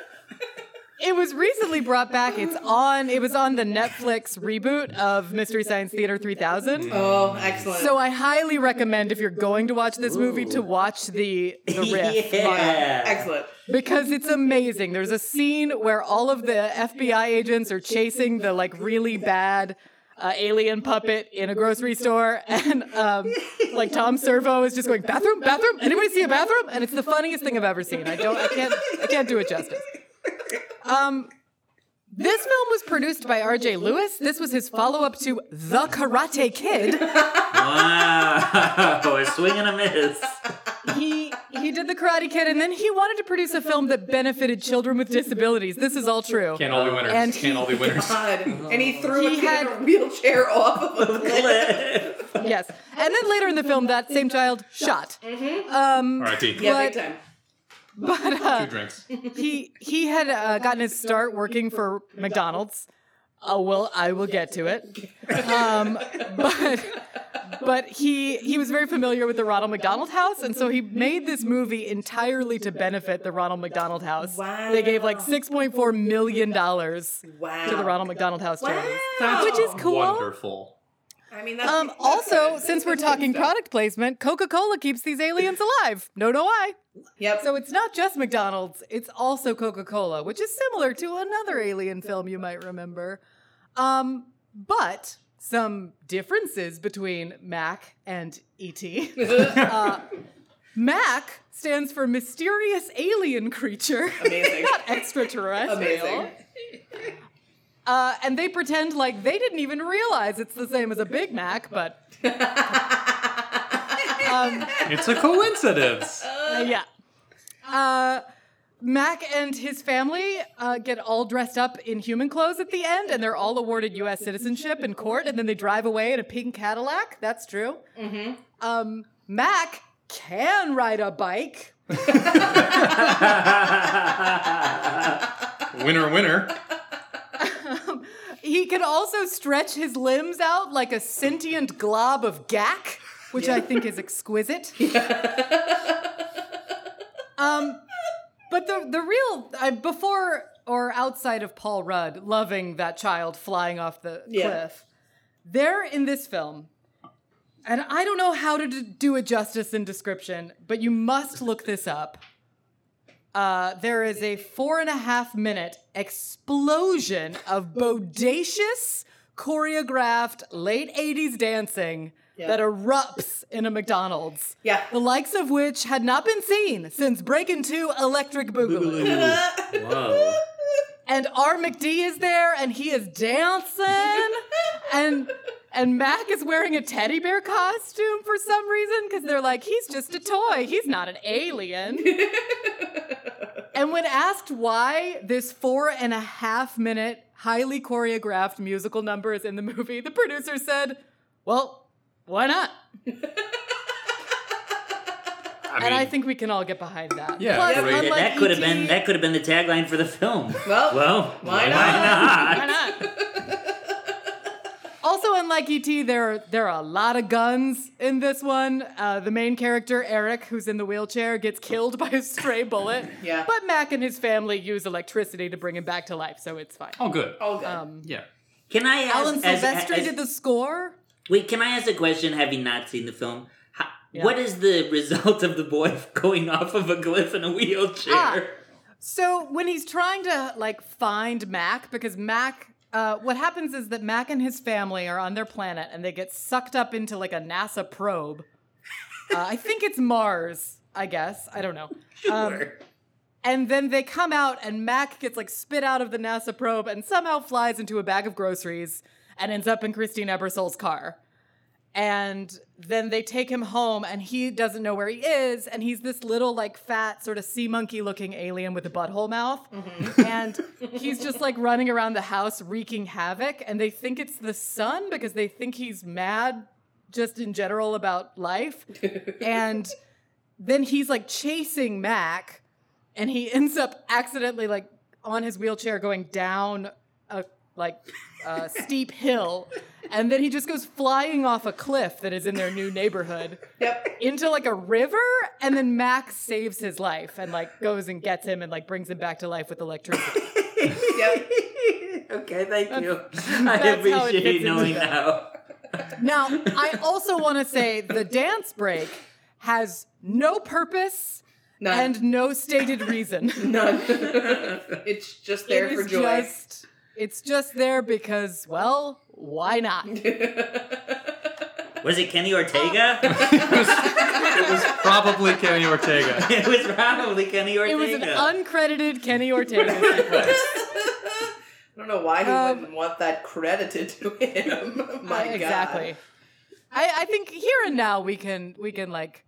it was recently brought back. It's on. It was on the Netflix reboot of Mystery Science Theater 3000. Oh, excellent. So I highly recommend if you're going to watch this movie to watch the the riff. yeah. excellent. Because it's amazing. There's a scene where all of the FBI agents are chasing the like really bad uh, alien puppet in a grocery store, and um, like Tom Servo is just going bathroom, bathroom. Anybody see a bathroom? And it's the funniest thing I've ever seen. I don't, I can't, I can't do it justice. Um, this film was produced by R.J. Lewis. This was his follow-up to The Karate Kid. Wow. A swing and a miss. he he did the Karate Kid, and then he wanted to produce a film that benefited children with disabilities. This is all true. Can't all be winners. Uh, And- Can't all be winners. God. Oh. And he threw He a kid had- in a wheelchair off of a cliff. Yes, and then later in the film, that same child shot. Um, R.I.P. Yeah, big But- time. but uh, Two drinks. he he had uh, gotten his start working for McDonald's. Oh well, I will get to it. Um, but but he he was very familiar with the Ronald McDonald House, and so he made this movie entirely to benefit the Ronald McDonald House. Wow. They gave like six point four million dollars Wow. to the Ronald McDonald House charities. Wow. Which is cool. Wonderful. I mean, that's Um, that's also, good. since we're talking product placement, Coca Cola keeps these aliens alive. No, no, I. Yep. So it's not just McDonald's, it's also Coca Cola, which is similar to another alien film you might remember. Um, but some differences between Mac and ET. Uh, Mac stands for mysterious alien creature, Amazing. not extraterrestrial. Amazing. Uh, and they pretend like they didn't even realize it's the same as a Big Mac, but um, It's a coincidence. Uh, yeah. Uh, Mac and his family uh, get all dressed up in human clothes at the end, and they're all awarded U.S. citizenship in court, and then they drive away in a pink Cadillac. That's true. Um, Mac can ride a bike. winner, winner. He can also stretch his limbs out like a sentient glob of gack, which I think is exquisite. Um, but the the real uh, before or outside of Paul Rudd loving that child flying off the Yeah. cliff, they're in this film, and I don't know how to d- do it justice in description, but you must look this up. Uh, there is a four and a half minute explosion of Oh, bodacious, choreographed late 80s dancing Yeah. that erupts in a McDonald's Yeah. the likes of which had not been seen since Breakin' 2 Electric Boogaloo. Whoa. And R. McD is there, and he is dancing, and and Mac is wearing a teddy bear costume for some reason because they're like, he's just a toy, he's not an alien. and when asked why this four and a half minute highly choreographed musical number is in the movie, the producer said, "Well, why not?" I mean, and I think we can all get behind that. Yeah, Plus, great. Yeah, unlike that E could have been ET, that could have been the tagline for the film. Well, well why why not? not? Why not? also, unlike ET, there are, there are a lot of guns in this one. Uh, the main character Eric, who's in the wheelchair, gets killed by a stray bullet. Yeah. But Mac and his family use electricity to bring him back to life, so it's fine. all good. All good. Um, Yeah. Can I ask? Alan as- Silvestri as- did the score. Wait, can I ask a question? Having not seen the film, How, Yeah. what is the result of the boy going off of a cliff in a wheelchair? Ah. So when he's trying to like find Mac, because Mac, uh, what happens is that Mac and his family are on their planet and they get sucked up into like a NASA probe. Uh, I think it's Mars, I guess. I don't know. Um, Sure. and then they come out and Mac gets like spit out of the NASA probe and somehow flies into a bag of groceries and ends up in Christine Ebersole's car. And then they take him home and he doesn't know where he is and he's this little like fat sort of sea monkey looking alien with a butthole mouth and he's just like running around the house wreaking havoc and they think it's the sun because they think he's mad just in general about life and then he's like chasing Mac and he ends up accidentally like on his wheelchair going down a like uh, steep hill and then he just goes flying off a cliff that is in their new neighborhood yep. into like a river and then max saves his life and like goes and gets him and like brings him back to life with electricity Yep. okay, thank you. that's how I it fits appreciate into knowing that. now. now i also want to say the dance break has no purpose None. and no stated reason None. it's just there It for is joy. Just, it's just there because, well, why not? Was it Kenny Ortega? It was, it was probably Kenny Ortega. it was probably Kenny Ortega. It was an uncredited Kenny Ortega. I don't know why he Um, uh, wouldn't want that credited to him. My God. exactly. I, I think here and now we can we can like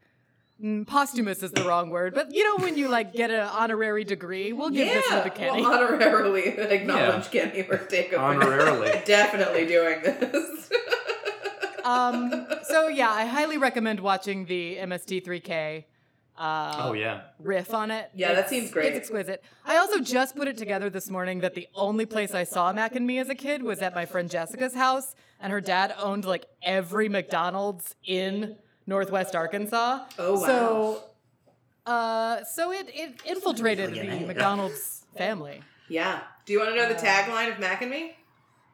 mm, posthumous is the wrong word, but you know when you like get an honorary degree, we'll give this one Yeah. to Kenny. We'll honorarily acknowledge Kenny Ortega. For Honorarily. definitely doing this. um, so yeah, I highly recommend watching the MST3K. Uh, Oh, yeah. riff on it. Yeah, that It's- seems great. It's exquisite. I also just put it together this morning that the only place I saw Mac and Me as a kid was at my friend Jessica's house, and her dad owned like every McDonald's in Northwest Arkansas. Oh, wow. So, uh, so it it infiltrated Yeah, the yeah. McDonald's family. Yeah. Do you want to Uh, know the tagline of Mac and Me?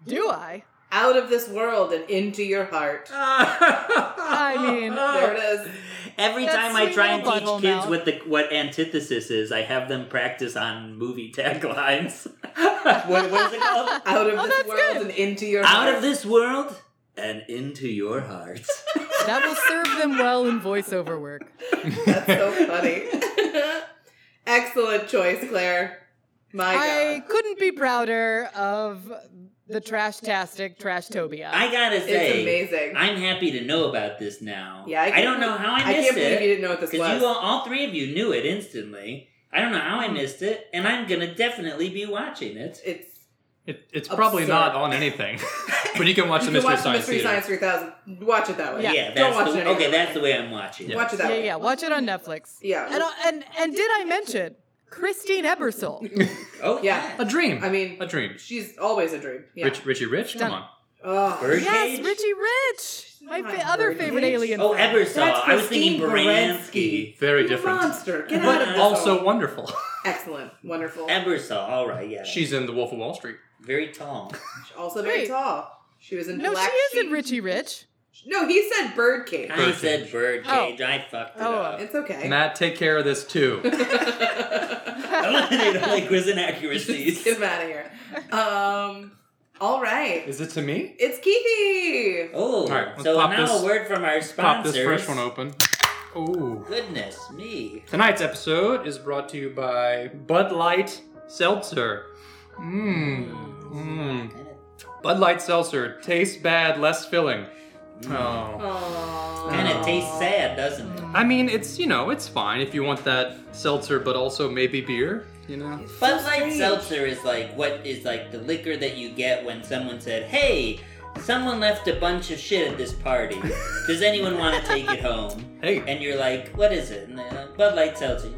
Do I? Ah. Out of this world and into your heart. I mean, There it is. Every That time I sweet try little and teach butthole kids mouth. what the what antithesis is, I have them practice on movie taglines. what, what is it called? Out of Oh, this that's world good. and into your Out of heart. this world and into your heart. That will serve them well in voiceover work. That's so funny. Excellent choice, Claire. My I God. couldn't be prouder of the trash tastic trash tobia. I gotta It's say, amazing. I'm happy to know about this now. Yeah, I I, can't- don't know how I I can't missed believe you it didn't know what this because was. you all, all three of you knew it instantly. I don't know how I missed it, and I'm gonna definitely be watching it. it's It, it's probably Absurd. not on anything, but you can watch the you can Mystery watch Science Mystery Theater. Science 3000. Watch it that way. Yeah. Don't that's watch the, it any okay. other That's way. the way I'm watching. it. Watch it that yeah, way. yeah. Watch it on Netflix. Yeah. And, uh, and and did I mention Christine Ebersole? Oh Yeah. A dream. I mean, a dream. she's always a dream. Yeah. Rich, Richie Rich, come Done. on. Ugh. Bird yes, Cage? Richie Rich, my not fa- other Birdcage. favorite alien. Oh, film. Ebersol. That's I was thinking Christine Baranski. Very You different. Monster. Get out of But this also hole. wonderful. excellent, wonderful. Ebersol. All right, yeah. She's in The Wolf of Wall Street. very tall. also very Wait. tall. She was in No, Black she isn't Sheep. Richie Rich. No, he said birdcage. I Birdcage. said birdcage. I fucked it Oh. up. It's okay. Matt, take care of this too. Eliminate all the quiz Just inaccuracies. Get him out of here. Um, all right. Is it to me? It's Keithy. Oh, right, let's so pop now this- a word from our Pop sponsors. this first one open. Ooh. Goodness me. Tonight's episode is brought to you by Bud Light Seltzer. Mmm. Mmm. Bud Light Seltzer tastes bad, less filling. Mm. Oh. Aww. Kind of tastes sad, doesn't it? I mean, it's, you know, it's fine if you want that seltzer, but also maybe beer, you know? Bud Light Seltzer is like what is like the liquor that you get when someone said, "Hey, someone left a bunch of shit at this party. Does anyone want to take it home?" Hey. And you're like, "What is it?" And they're like, Bud Light Seltzer.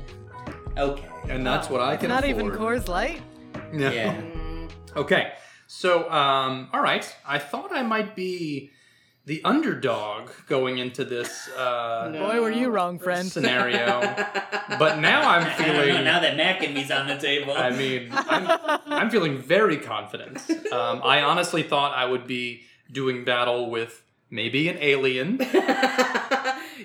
Okay. And that's what I can Not even afford. Coors Light. No. Yeah. Okay. So, um, all right. I thought I might be the underdog going into this uh, No. Boy, were you wrong, friend. scenario, but now I'm I don't know, feeling. now that Mac and me's on the table. I mean, I'm, I'm feeling very confident. Um, I honestly thought I would be doing battle with maybe an alien.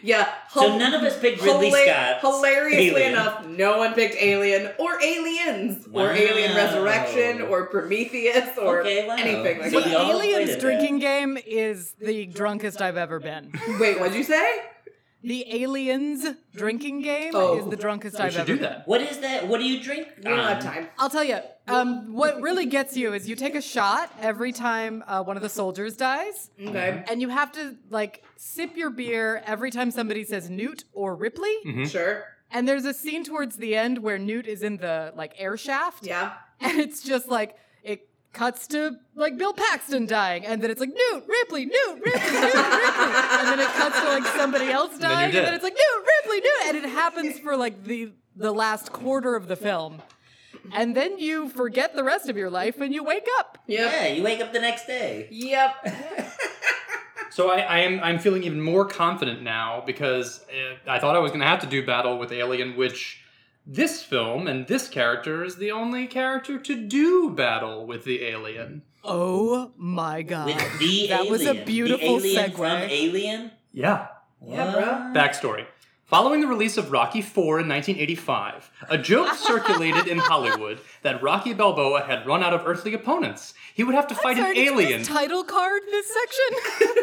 yeah. so none of us picked Ridley Hila- Scott. Hilariously Alien. enough, no one picked Alien or Aliens or Wow. Alien Resurrection or Prometheus or Okay, wow. anything like So The we all that. played aliens it drinking game is the drunkest I've ever been. Wait, what'd you say? The aliens drinking game Oh. is the drunkest We I've should ever do been. that. What is that? What do you drink? We don't have on? time. I'll tell you. Um, what really gets you is you take a shot every time uh, one of the soldiers dies, mhm. Okay, and you have to like sip your beer every time somebody says Newt or Ripley. Mm-hmm. sure. And there's a scene towards the end where Newt is in the like air shaft, Yeah. and it's just like it cuts to like Bill Paxton dying, and then it's like Newt Ripley, Newt Ripley, Newt Ripley, and then it cuts to like somebody else then you're dying, and then, dead. it's like Newt Ripley, Newt, and it happens for like the the last quarter of the film, and then you forget the rest of your life and you wake up. Yep. Yeah, you wake up the next day. Yep. So I, I am I'm feeling even more confident now because uh, I thought I was going to have to do battle with Alien, which this film and this character is the only character to do battle with the alien. Oh my god, With the that alien. was a The beautiful alien segue. From Alien. Yeah. Yeah, bro. Backstory. Following the release of Rocky IV in 1985, a joke circulated in Hollywood that Rocky Balboa had run out of earthly opponents. He would have to fight Sorry, an did you alien. just title card this section.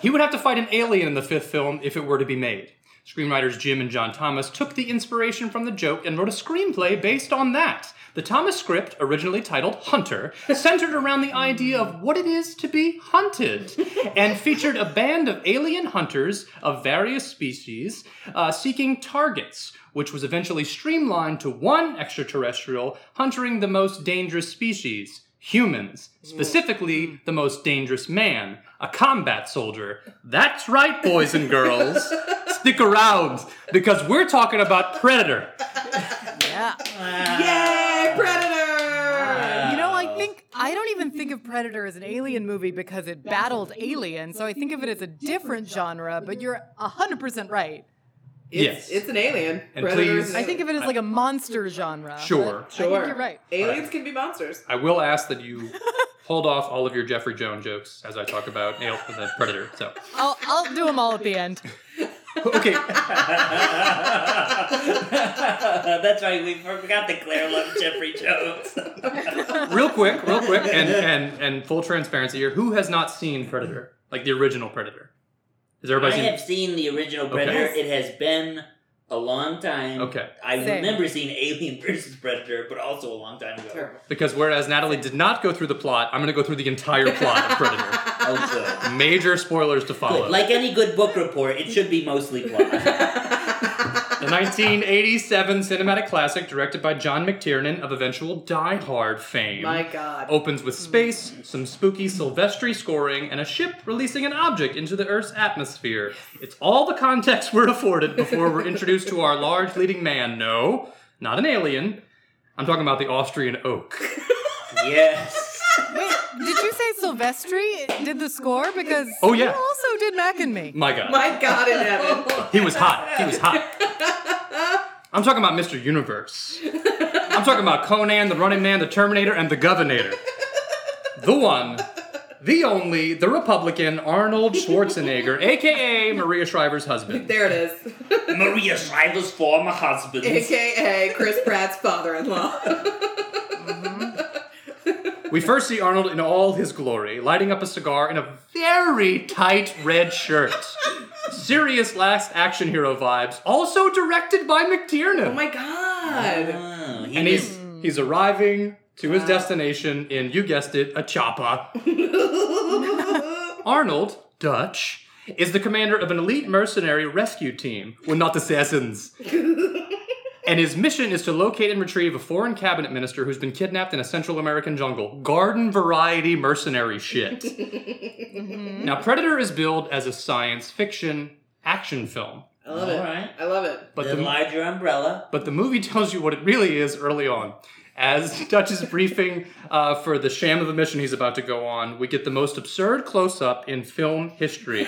He would have to fight an alien in the fifth film if it were to be made. Screenwriters Jim and John Thomas took the inspiration from the joke and wrote a screenplay based on that. The Thomas script, originally titled Hunter, centered around the idea of what it is to be hunted and featured a band of alien hunters of various species uh, seeking targets, which was eventually streamlined to one extraterrestrial hunting the most dangerous species, humans, specifically the most dangerous man, a combat soldier. That's right, boys and girls. Stick around because we're talking about Predator. yeah. Uh, Yay, Predator! You know, I think I don't even think of Predator as an alien movie because it battled Alien, so I think of it as a different genre, but you're 100% right. It's, yes. It's an alien. And Predator's please- an I think of alien. it as like a monster genre. but Sure. I Sure. think you're right. Aliens can be monsters. I will ask that you hold off all of your Jeffrey Jones jokes as I talk about Nail the Predator. So, I'll, I'll do them all at the end. Okay, That's right. We forgot that Claire loved Jeffrey Jones. real quick, real quick, and and and full transparency here. Who has not seen Predator? Like the original Predator? Has I everybody seen? have seen the original Predator. Okay. It has been a long time. Okay. I Same. remember seeing Alien versus Predator, but also a long time ago. Terrible. Because whereas Natalie did not go through the plot, I'm going to go through the entire plot of Predator. Oh, good. Major spoilers to follow. Good. Like any good book report, it should be mostly plot. the 1987 cinematic classic directed by John McTiernan of eventual Die Hard fame. My God. opens with space, some spooky Silvestri scoring, and a ship releasing an object into the Earth's atmosphere. It's all the context we're afforded before we're introduced to our large leading man. No, not an alien. I'm talking about the Austrian oak. yes. Wait, did you say Silvestri did the score? Because Oh, yeah. you also did Mac and Me. My God. My God in heaven. He was hot. He was hot. I'm talking about Mr. Universe. I'm talking about Conan, the Running Man, the Terminator, and the Governator. The one, the only, the Republican Arnold Schwarzenegger, aka Maria Shriver's husband. There it is. Maria Shriver's former husband. AKA Chris Pratt's Oh father in law. We first see Arnold in all his glory, lighting up a cigar in a very tight red shirt. Serious last action hero vibes, also directed by McTiernan. oh my God. Oh, he and was- he's he's arriving to his destination in you guessed it a choppa arnold dutch is the commander of an elite mercenary rescue team well not assassins and his mission is to locate and retrieve a foreign cabinet minister who's been kidnapped in a central american jungle garden variety mercenary shit now predator is billed as a science fiction action film I love All it. right. I love it. but the, the, larger umbrella. but the movie tells you what it really is early on. As Dutch is briefing uh, for the sham of a mission he's about to go on, we get the most absurd close up in film history.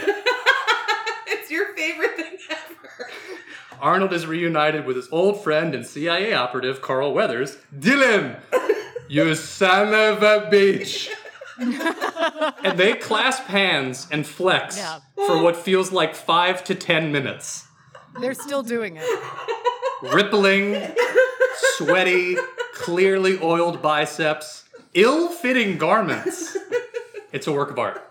It's your favorite thing ever. Arnold is reunited with his old friend and CIA operative, Carl Weathers. Dylan, you son of a bitch. and they clasp hands and flex Yeah. for what feels like five to ten minutes. They're still doing it. rippling, sweaty, clearly oiled biceps, ill fitting garments. It's a work of art.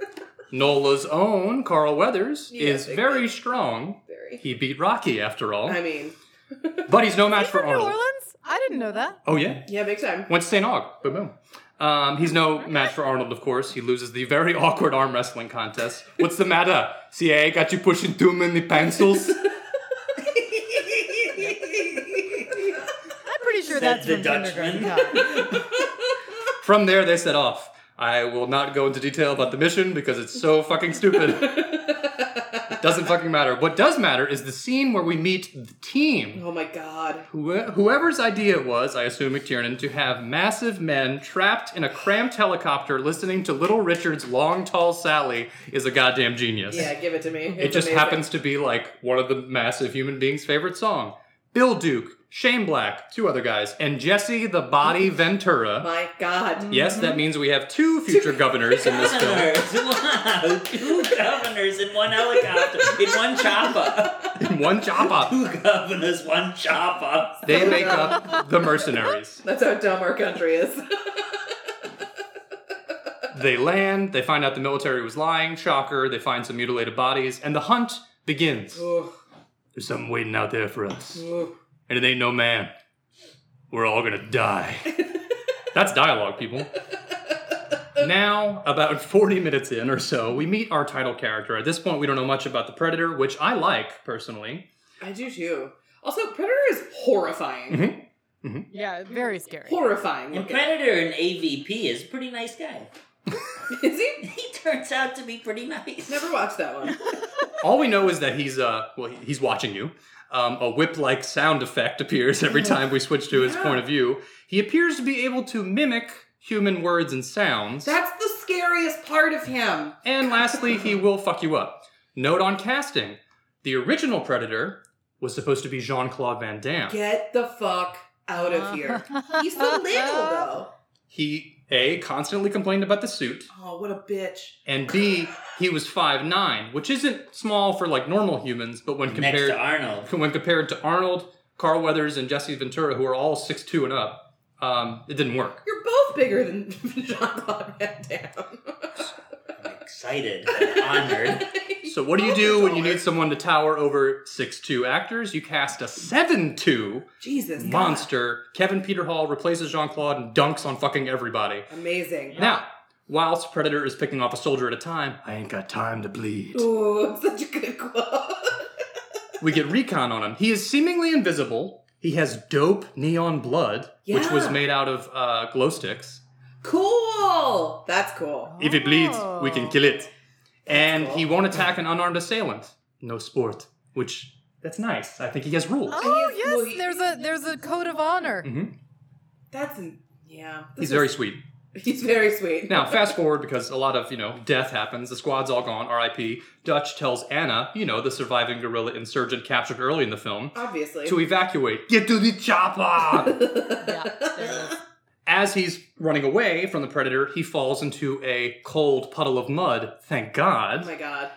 Nola's own Carl Weathers Yes, is big very strong. Very. He beat Rocky after all, I mean, but he's no match for From New Arnold. Orleans? I didn't know that. Oh yeah, yeah, big time. went to St. Aug. Boom boom. Um, he's no match for Arnold, of course. He loses the very awkward arm wrestling contest. What's the matter? CIA got you pushing too many pencils. I'm pretty sure Said that's the from Dutchman. kindergarten. Yeah. From there, they set off. I will not go into detail about the mission because it's so fucking stupid. it doesn't fucking matter. What does matter is the scene where we meet the team. Oh my God. Wh- Whoever's idea it was, I assume McTiernan, to have massive men trapped in a cramped helicopter listening to Little Richard's Long Tall Sally is a goddamn genius. Yeah, give it to me. it It's just amazing. happens to be like one of the massive human beings' favorite song. Bill Duke, Shane Black, two other guys, and Jesse the Body Ventura. My God. Yes, that means we have two future governors in this film. Governors. Wow. Two governors in one helicopter, in one chopper. In one chop up. Two governors, one chopper. They make up the mercenaries. That's how dumb our country is. They land, they find out the military was lying, shocker, they find some mutilated bodies, and the hunt begins. Ooh, There's something waiting out there for us. ooh. And it ain't no man. We're all gonna die. That's dialogue, people. Now, about 40 minutes in or so, we meet our title character. At this point, we don't know much about the Predator, which I like personally. I do too. Also, Predator is horrifying. Mm-hmm. yeah, very scary. Horrifying. And Looking. Predator in AVP is a pretty nice guy. Is he? He turns out to be pretty nice. Never watched that one. All we know is that he's uh well he- he's watching you. Um, a whip-like sound effect appears every time we switch to his point of view. He appears to be able to mimic human words and sounds. That's the scariest part of him. and lastly, he will fuck you up. Note on casting: the original Predator was supposed to be Jean Claude Van Damme. Get the fuck out of here. He's so little though. he a constantly complained about the suit, Oh, what a bitch. and b he was five nine, which isn't small for like normal humans, but when Next compared to Arnold. when compared to Arnold, Carl Weathers, and Jesse Ventura, who are all six two and up, um, it didn't work. You're both bigger than Jean Claude Van Damme. I'm excited and honored. So what do you do when you need someone to tower over six two actors? You cast a seven two Jesus God. monster. Kevin Peter Hall replaces Jean Claude and dunks on fucking everybody. Amazing. Now, whilst Predator is picking off a soldier at a time, I ain't got time to bleed. Ooh, such a good quote. We get recon on him. He is seemingly invisible. He has dope neon blood, which was Yeah. made out of uh, glow sticks. cool. That's cool. If it bleeds, we can kill it. And cool. he won't attack an unarmed assailant. No sport. Which that's nice. I think he has rules. Oh He's- well, yes, he- there's a there's a code of honor. That's an, yeah. He's This very is- sweet. He's very sweet. Now, fast forward because a lot of, you know, death happens. The squad's all gone, RIP. Dutch tells Anna, you know, the surviving guerrilla insurgent captured early in the film, Obviously. to evacuate. Get to the chopper! Yeah, there it is. As he's running away from the predator, he falls into a cold puddle of mud, thank God. Oh my god.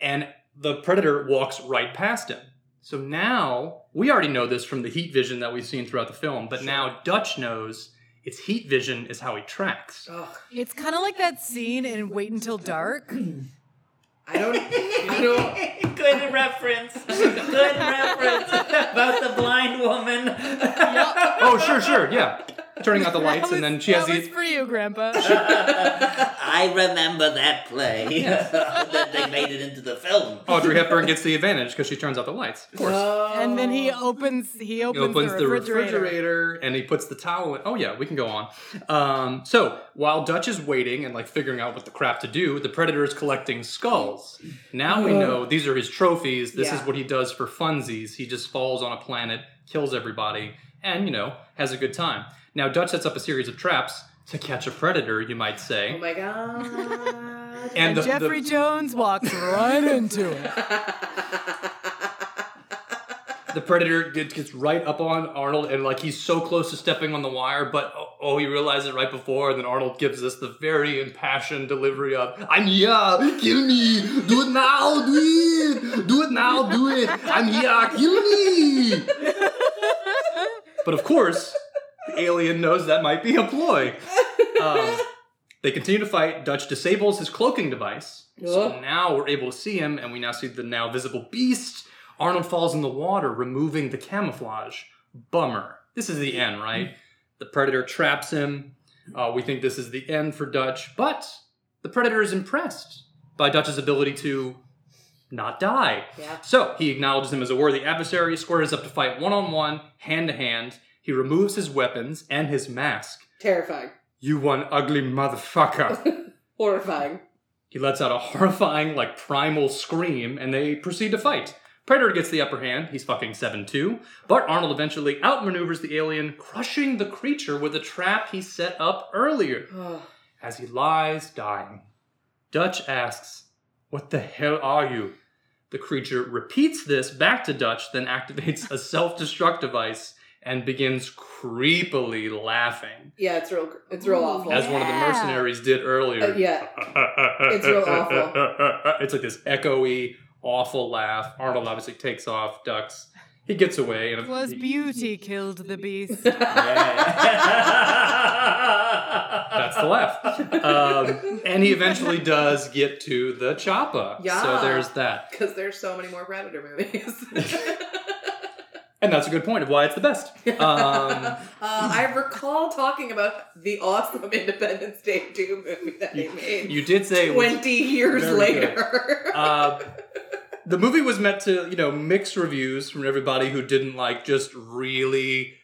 and the predator walks right past him. So now we already know this from the heat vision that we've seen throughout the film, but now Dutch knows it's heat vision is how he tracks. Ugh. It's kind of like that scene in Wait Until Dark. I don't. I don't. Good reference. Good reference about the blind woman. oh, sure, sure, yeah. Turning out the lights, That and then was- she has that was the. for you, Grandpa. I remember that play. that they made it into the film. Audrey Hepburn gets the advantage because she turns out the lights. Of course. and then he opens he He opens, opens the, refrigerator. and he puts the towel in. Oh, yeah, we can go on. Um, so while Dutch is waiting and like figuring out what the crap to do, the Predator is collecting skulls. Now we know these are his trophies. This Yeah. is what he does for funsies. He just falls on a planet, kills everybody, and, you know, has a good time. Now Dutch sets up a series of traps to catch a Predator, you might say. Oh my god. and the, the- Jeffrey Jones walks right into it. the predator gets, gets right up on Arnold, and like he's so close to stepping on the wire, but oh, oh, he realizes it right before, and then Arnold gives us the very impassioned delivery of "I'm here, kill me, do it now, do it, do it now, do it, I'm here, kill me." but of course, the alien knows that might be a ploy. Um, they continue to fight. Dutch disables his cloaking device. So Oh. now we're able to see him, and we now see the now visible beast. Arnold falls in the water, removing the camouflage. Bummer. This is the end, right? The predator traps him. Uh, we think this is the end for Dutch, but the predator is impressed by Dutch's ability to not die. Yeah. So he acknowledges him as a worthy adversary, squares up to fight one on one, hand to hand. He removes his weapons and his mask. Terrifying. You one ugly motherfucker. Horrifying. he lets out a horrifying, like, primal scream, and they proceed to fight. Predator gets the upper hand, he's fucking 7 2, but Arnold eventually outmaneuvers the alien, crushing the creature with a trap he set up earlier. Ugh. As he lies dying, Dutch asks, What the hell are you? The creature repeats this back to Dutch, then activates a self destruct device and begins creepily laughing, Yeah, it's real. It's real awful. as one of the Yeah. mercenaries did earlier. Uh, yeah. it's real awful. It's like this echoey, awful laugh. Arnold obviously takes off, ducks. He gets away, and Was beauty killed the beast? that's That's the laugh. Um, and he eventually does get to the choppa. So Yeah. there's that, Because there's so many more Predator movies. and that's a good point of why it's the best. Um, uh, I recall talking about the awesome Independence Day 2 movie that they made you did say it was 20 years very good. later. Uh, the movie was meant to, you know, mix reviews from everybody who didn't like just really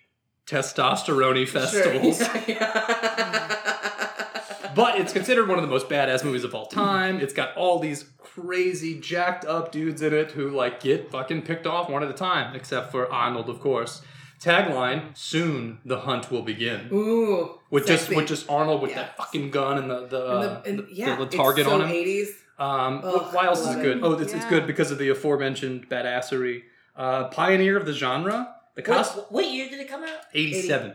testosterone festivals. Sure. Yeah. But it's considered one of the most badass movies of all time. It's got all these crazy jacked up dudes in it who like get fucking picked off one at a time, except for Arnold, of course. Tagline: Soon the hunt will begin. Ooh. With just sexy. with just Arnold with Yeah. that fucking gun and the the, And uh, the, and, the- yeah, the target it's so on him. 80s. Um, Ugh, why else is love it it. good? Oh, it's, it's Yeah. good because of the aforementioned badassery. Uh, pioneer of the genre. The cost what, what year did it come out? eighty-seven.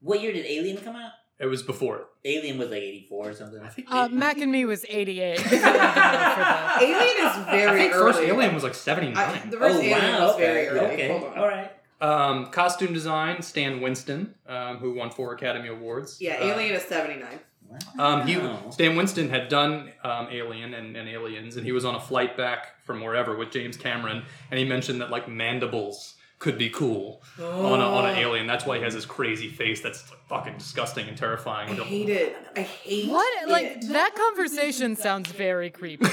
What year did Alien come out? It was before it. Alien was like 84 or something. I think. Um, Uh, it- Mac and Me was 88. Alien is I very think early. first Alien was Oh, like seventy I, nine. the first Alien was very early. Oh, okay. Hold on. All right. Um, costume design Stan Winston, um, who won four Academy Awards. Yeah, Uh, Alien is 79. Um, he Oh. Wow. Stan Winston had done um, Alien and, and Aliens, and he was on a flight back from wherever with James Cameron, and he mentioned that like mandibles could be cool Oh. on a, on Oh. an alien. That's why he has this crazy face that's like, fucking disgusting and terrifying. I hate it. I hate What? Like, it. that conversation sounds very creepy.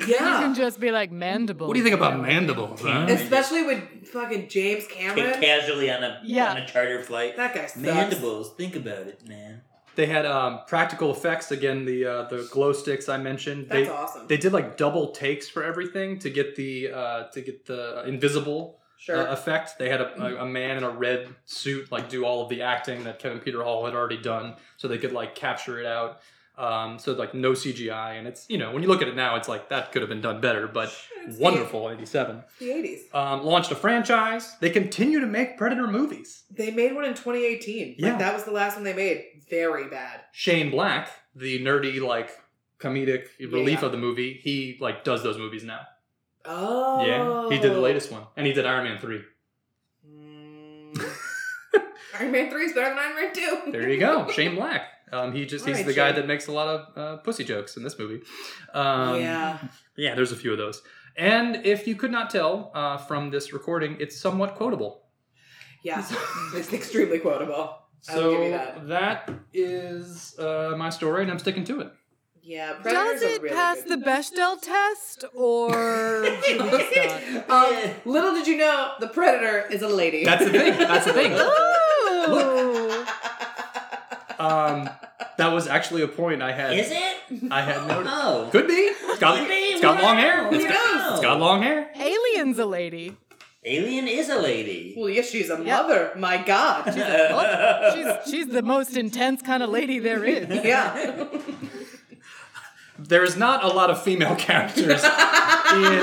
You Yeah. can just be like mandible. What do you think about mandibles? Huh? Especially with fucking James Cameron. Take casually on a Yeah. on a charter flight. That guy sucks. Mandibles. Think about it, man. They had um, practical effects again. The uh, the glow sticks I mentioned. That's they, awesome. They uh, did like double takes for everything to get the uh, to get the invisible Sure. Mm. uh, effect. They had a, a, a man in a red suit like do all of the acting that Kevin Peter Hall had already done, so they could like capture it out. Um, so like no CGI, and it's you know when you look at it now, it's like that could have been done better, but wonderful '87. the 80s. Um, launched a franchise. They continue to make Predator movies. They made one in 2018. Yeah. Like, that was the last one they made. Very bad. Shane Black, the nerdy like comedic relief Yeah. of the movie, he like does those movies now. Oh. Yeah, he did the latest one, and he did Iron Man three. Mm. Iron Man 3 is better than Iron Man 2. There you go, Shane Black. Um, he just All he's right, the guy Shane. that makes a lot of uh, pussy jokes in this movie. Um, yeah. yeah, there's a few of those. And if you could not tell uh, from this recording, it's somewhat quotable. Yeah. it's extremely quotable. I will So give you that. that is uh, my story, and I'm sticking to it. Yeah. Predator's Does a it really pass good- the Bechdel test or should we just not? Um, little did you know, the Predator is a lady. That's the thing. That's the thing. Ooh. Um, that was actually a point I had. Is it? I had noticed. Oh. Could be. It's got, Could be. it's got We long don't hair. know. It's We got, don't it's know. got long hair. Alien's a lady. Alien is a lady. Uh, well, yes, she's a Yeah. mother. My God. She's a- She's she's the most intense kind of lady there is. yeah. There is not a lot of female characters in,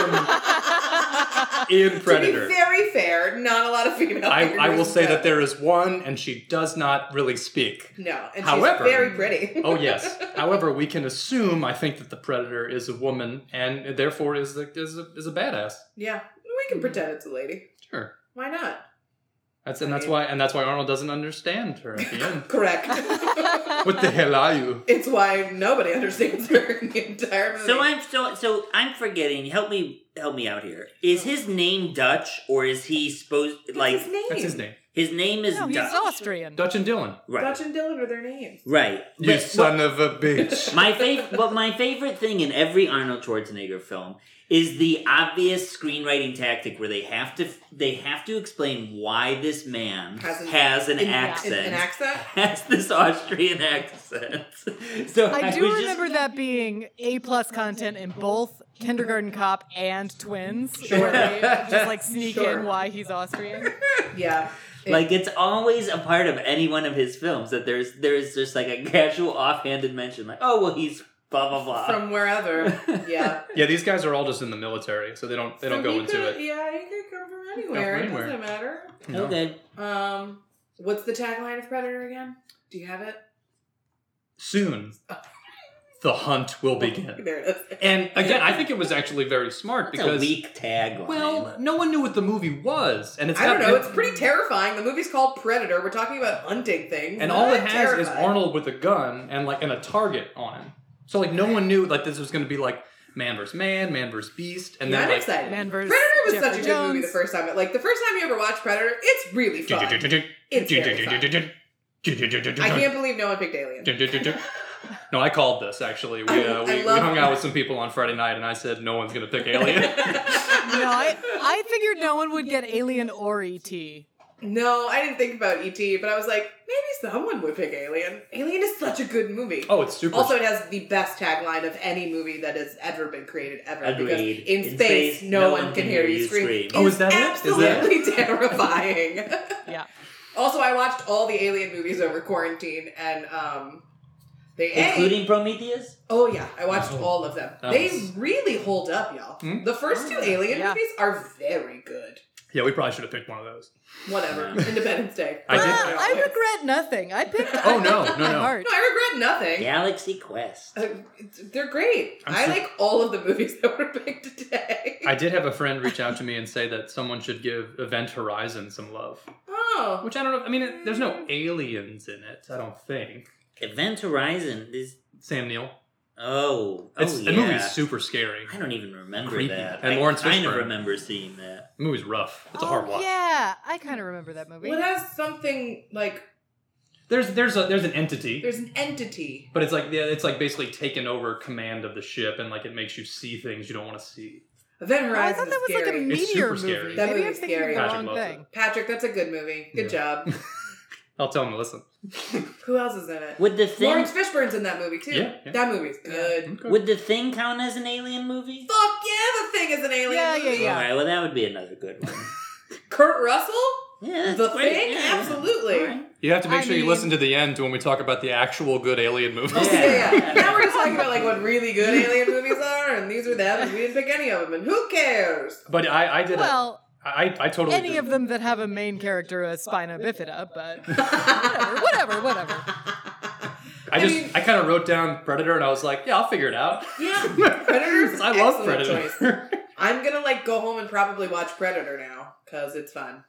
in Predator. To be very fair, not a lot of female. I, characters I will say in that there is one, and she does not really speak. No, and However- she's very pretty. Oh yes. However, we can assume I think that the predator is a woman, and therefore is the, is a, is a badass. yeah, we Hmm. can pretend it's a lady. Sure. Why not? That's and that's why and that's why Arnold doesn't understand her at the end. Correct. what the hell are you? it's why nobody understands her in the entire movie. So I'm so so I'm forgetting. Help me help me out here. Is his name Dutch or is he supposed like That's his name. That's his name. his name is No, he's Dutch? Austrian. Dutch and Dylan. Right. Dutch and Dylan are their names. Right. You But- son of a bitch. My favorite, but my favorite thing in every Arnold Schwarzenegger film is the obvious screenwriting tactic where they have to they have to explain why this man Has has an- an, an- an accent, An, an accent. has this Austrian accent. So I, I do was remember that being A plus content in both Kindergarten Cop and Twins, where they just like sneak Sure. in why he's Austrian. Yeah. Just, like it's always a part of any one of his films that there's there's just like a casual offhanded mention like oh well he's blah blah blah. From wherever. Yeah. yeah, these guys are all just in the military, so they don't they don't So go he into could- it. Yeah, he could come from anywhere. anywhere. It doesn't matter. you know? okay. Um, what's the tagline of Predator again? Do you have it? Soon the hunt will begin. There it is. And again, I think it was actually very smart That's a because weak tagline. well, no one knew what the movie was, and it's I don't got- know. It's pretty terrifying. The movie's called Predator. We're talking about hunting things. and all it I'm has is terrified. Arnold with a gun and like and a target on him. So like no one knew like this was going to be like man versus man, man versus beast, and Yeah, then I'm like excited. Man versus Predator was Jeffrey such a good Jones. movie the first time. Like the first time you ever watch Predator, it's really fun. I It's very can't believe no one picked Alien. No, I called this actually. We, uh, I we, we love- hung out with some people on Friday night, and I said no one's gonna pick Alien. No, I, I figured no one would get Alien or E ET. No, I didn't think about ET, but I was like, maybe someone would pick Alien. Alien is such a good movie. oh, it's super. Also, it has the best tagline of any movie that has ever been created ever. Because Agreed. in, space, no, one can, hear you scream. Oh, is that it? Is that absolutely terrifying? Yeah. also, I watched all the Alien movies over quarantine, and um, they A, Including Prometheus? oh yeah, I watched all of them. That They was- really hold up, y'all. Hmm? The first two Alien Oh, Yeah. movies are very good. Yeah, we probably should have picked one of those. Whatever. Yeah. Independence Day. I did- Ah, I regret nothing. I picked. I Oh, no, picked no, my no. heart. No, I regret nothing. Galaxy Quest. Uh, it's- they're great. I'm i sure- like all of the movies that were picked today. I did have a friend reach out to me and say that someone should give Event Horizon some love, oh, which I don't know. I mean, it, there's no aliens in it, I don't think. Event Horizon is Sam Neill. oh oh It's, yeah. The movie's super scary. I don't even remember Creepy. that. And I Lawrence kind of Fishburne. remember seeing that. The movie's rough. It's a hard Oh, watch. Yeah, I kind of remember that movie. well, it has something like There's there's a there's an entity. there's an entity. but it's like yeah, it's like basically taking over command of the ship, and like it makes you see things you don't want to see. Event Oh, I Horizon. thought that was is like a scary. meteor It's super movie. scary. That Maybe I'm movie's thinking scary. of the Patrick wrong loves it. thing. Patrick, that's a good movie. Good job. I'll tell him to listen. Who else is in it? Would the thing Lawrence Fishburne's in that movie too. Yeah, yeah. That movie's good. Okay. would the thing count as an alien movie? Fuck yeah, the thing is an alien Yeah, yeah, movie. yeah. All right, well that would be another good one. Kurt Russell? Yeah, that's The great. Thing? Yeah. Absolutely. All right. You have to make I sure you mean- listen to the end when we talk about the actual good alien movies. Yeah, yeah, Yeah. Now we're just talking about like what really good alien movies are, and these are them, and we didn't pick any of them, and who cares? But I, I did. a- Well, I, I totally. any did- of them that have a main character as Spina Bifida, but whatever, whatever, whatever. I just, I, I mean- kind of wrote down Predator, and I was like, yeah, I'll figure it out. Yeah, Predator's I love excellent Predator. choice. I'm gonna like go home and probably watch Predator now because it's fun.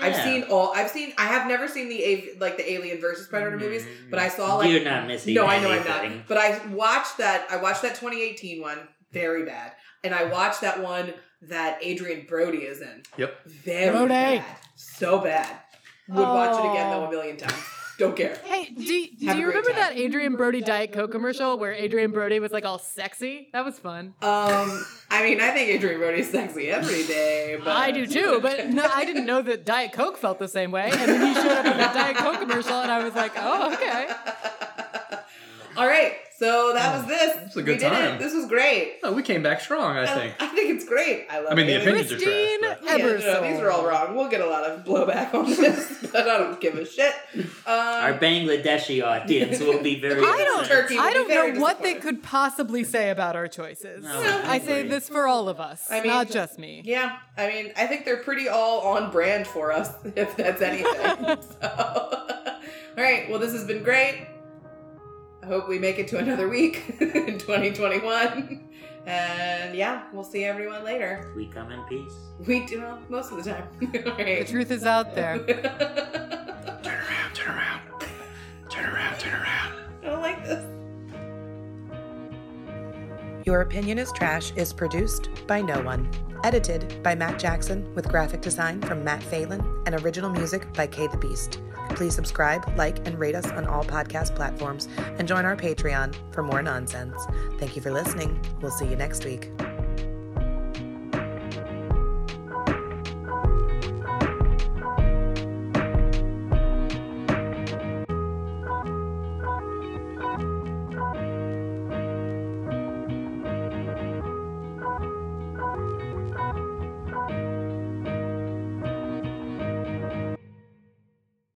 I've Yeah. seen all. I've seen. I have never seen the av- like the Alien versus Predator movies, Mm-hmm. but I saw like You're not missing. no, I know I'm anything. not. But I watched that. I watched that 2018 one, very bad, and I watched that one that Adrian Brody is in. Yep. Very Brody. bad, so bad. Would watch it again though Oh. a million times. Don't care. Hey, do, Have do a you great remember time. that Adrian Brody Diet Coke commercial where Adrian Brody was like all sexy? That was fun. Um, I mean, I think Adrian Brody's sexy every day, but I do too, but no, I didn't know that Diet Coke felt the same way. And then he showed up in that Diet Coke commercial, and I was like, oh, okay. All right, so that was this. It's Oh, a good we did time. It. This was great. Oh, we came back strong, I think. I think it's great. I love. I mean, the it. opinion- Opinions are trash, Christine but- Yeah, no, Ebersole. no, these are all wrong. We'll get a lot of blowback on this, but I don't give a shit. Um, Our Bangladeshi audience will be very. I don't- upset. Turkey would I be don't very know what they disappointed. could possibly say about our choices. No, I say agree. this for all of us, I mean- not just me. Yeah, I mean, I think they're pretty all on brand for us, if that's anything. so, all right, well, this has been great. I hope we make it to another week in 2021. And yeah, we'll see everyone later. We come in peace. We do well, most of the time. all The right. truth is out there. I turn around, turn around. Turn around, turn around. don't like this. Your Opinion is Trash is produced by no one. Edited by Matt Jackson with graphic design from Matt Phelan and original music by Kay the Beast. Please subscribe, like, and rate us on all podcast platforms and join our Patreon for more nonsense. Thank you for listening. We'll see you next week.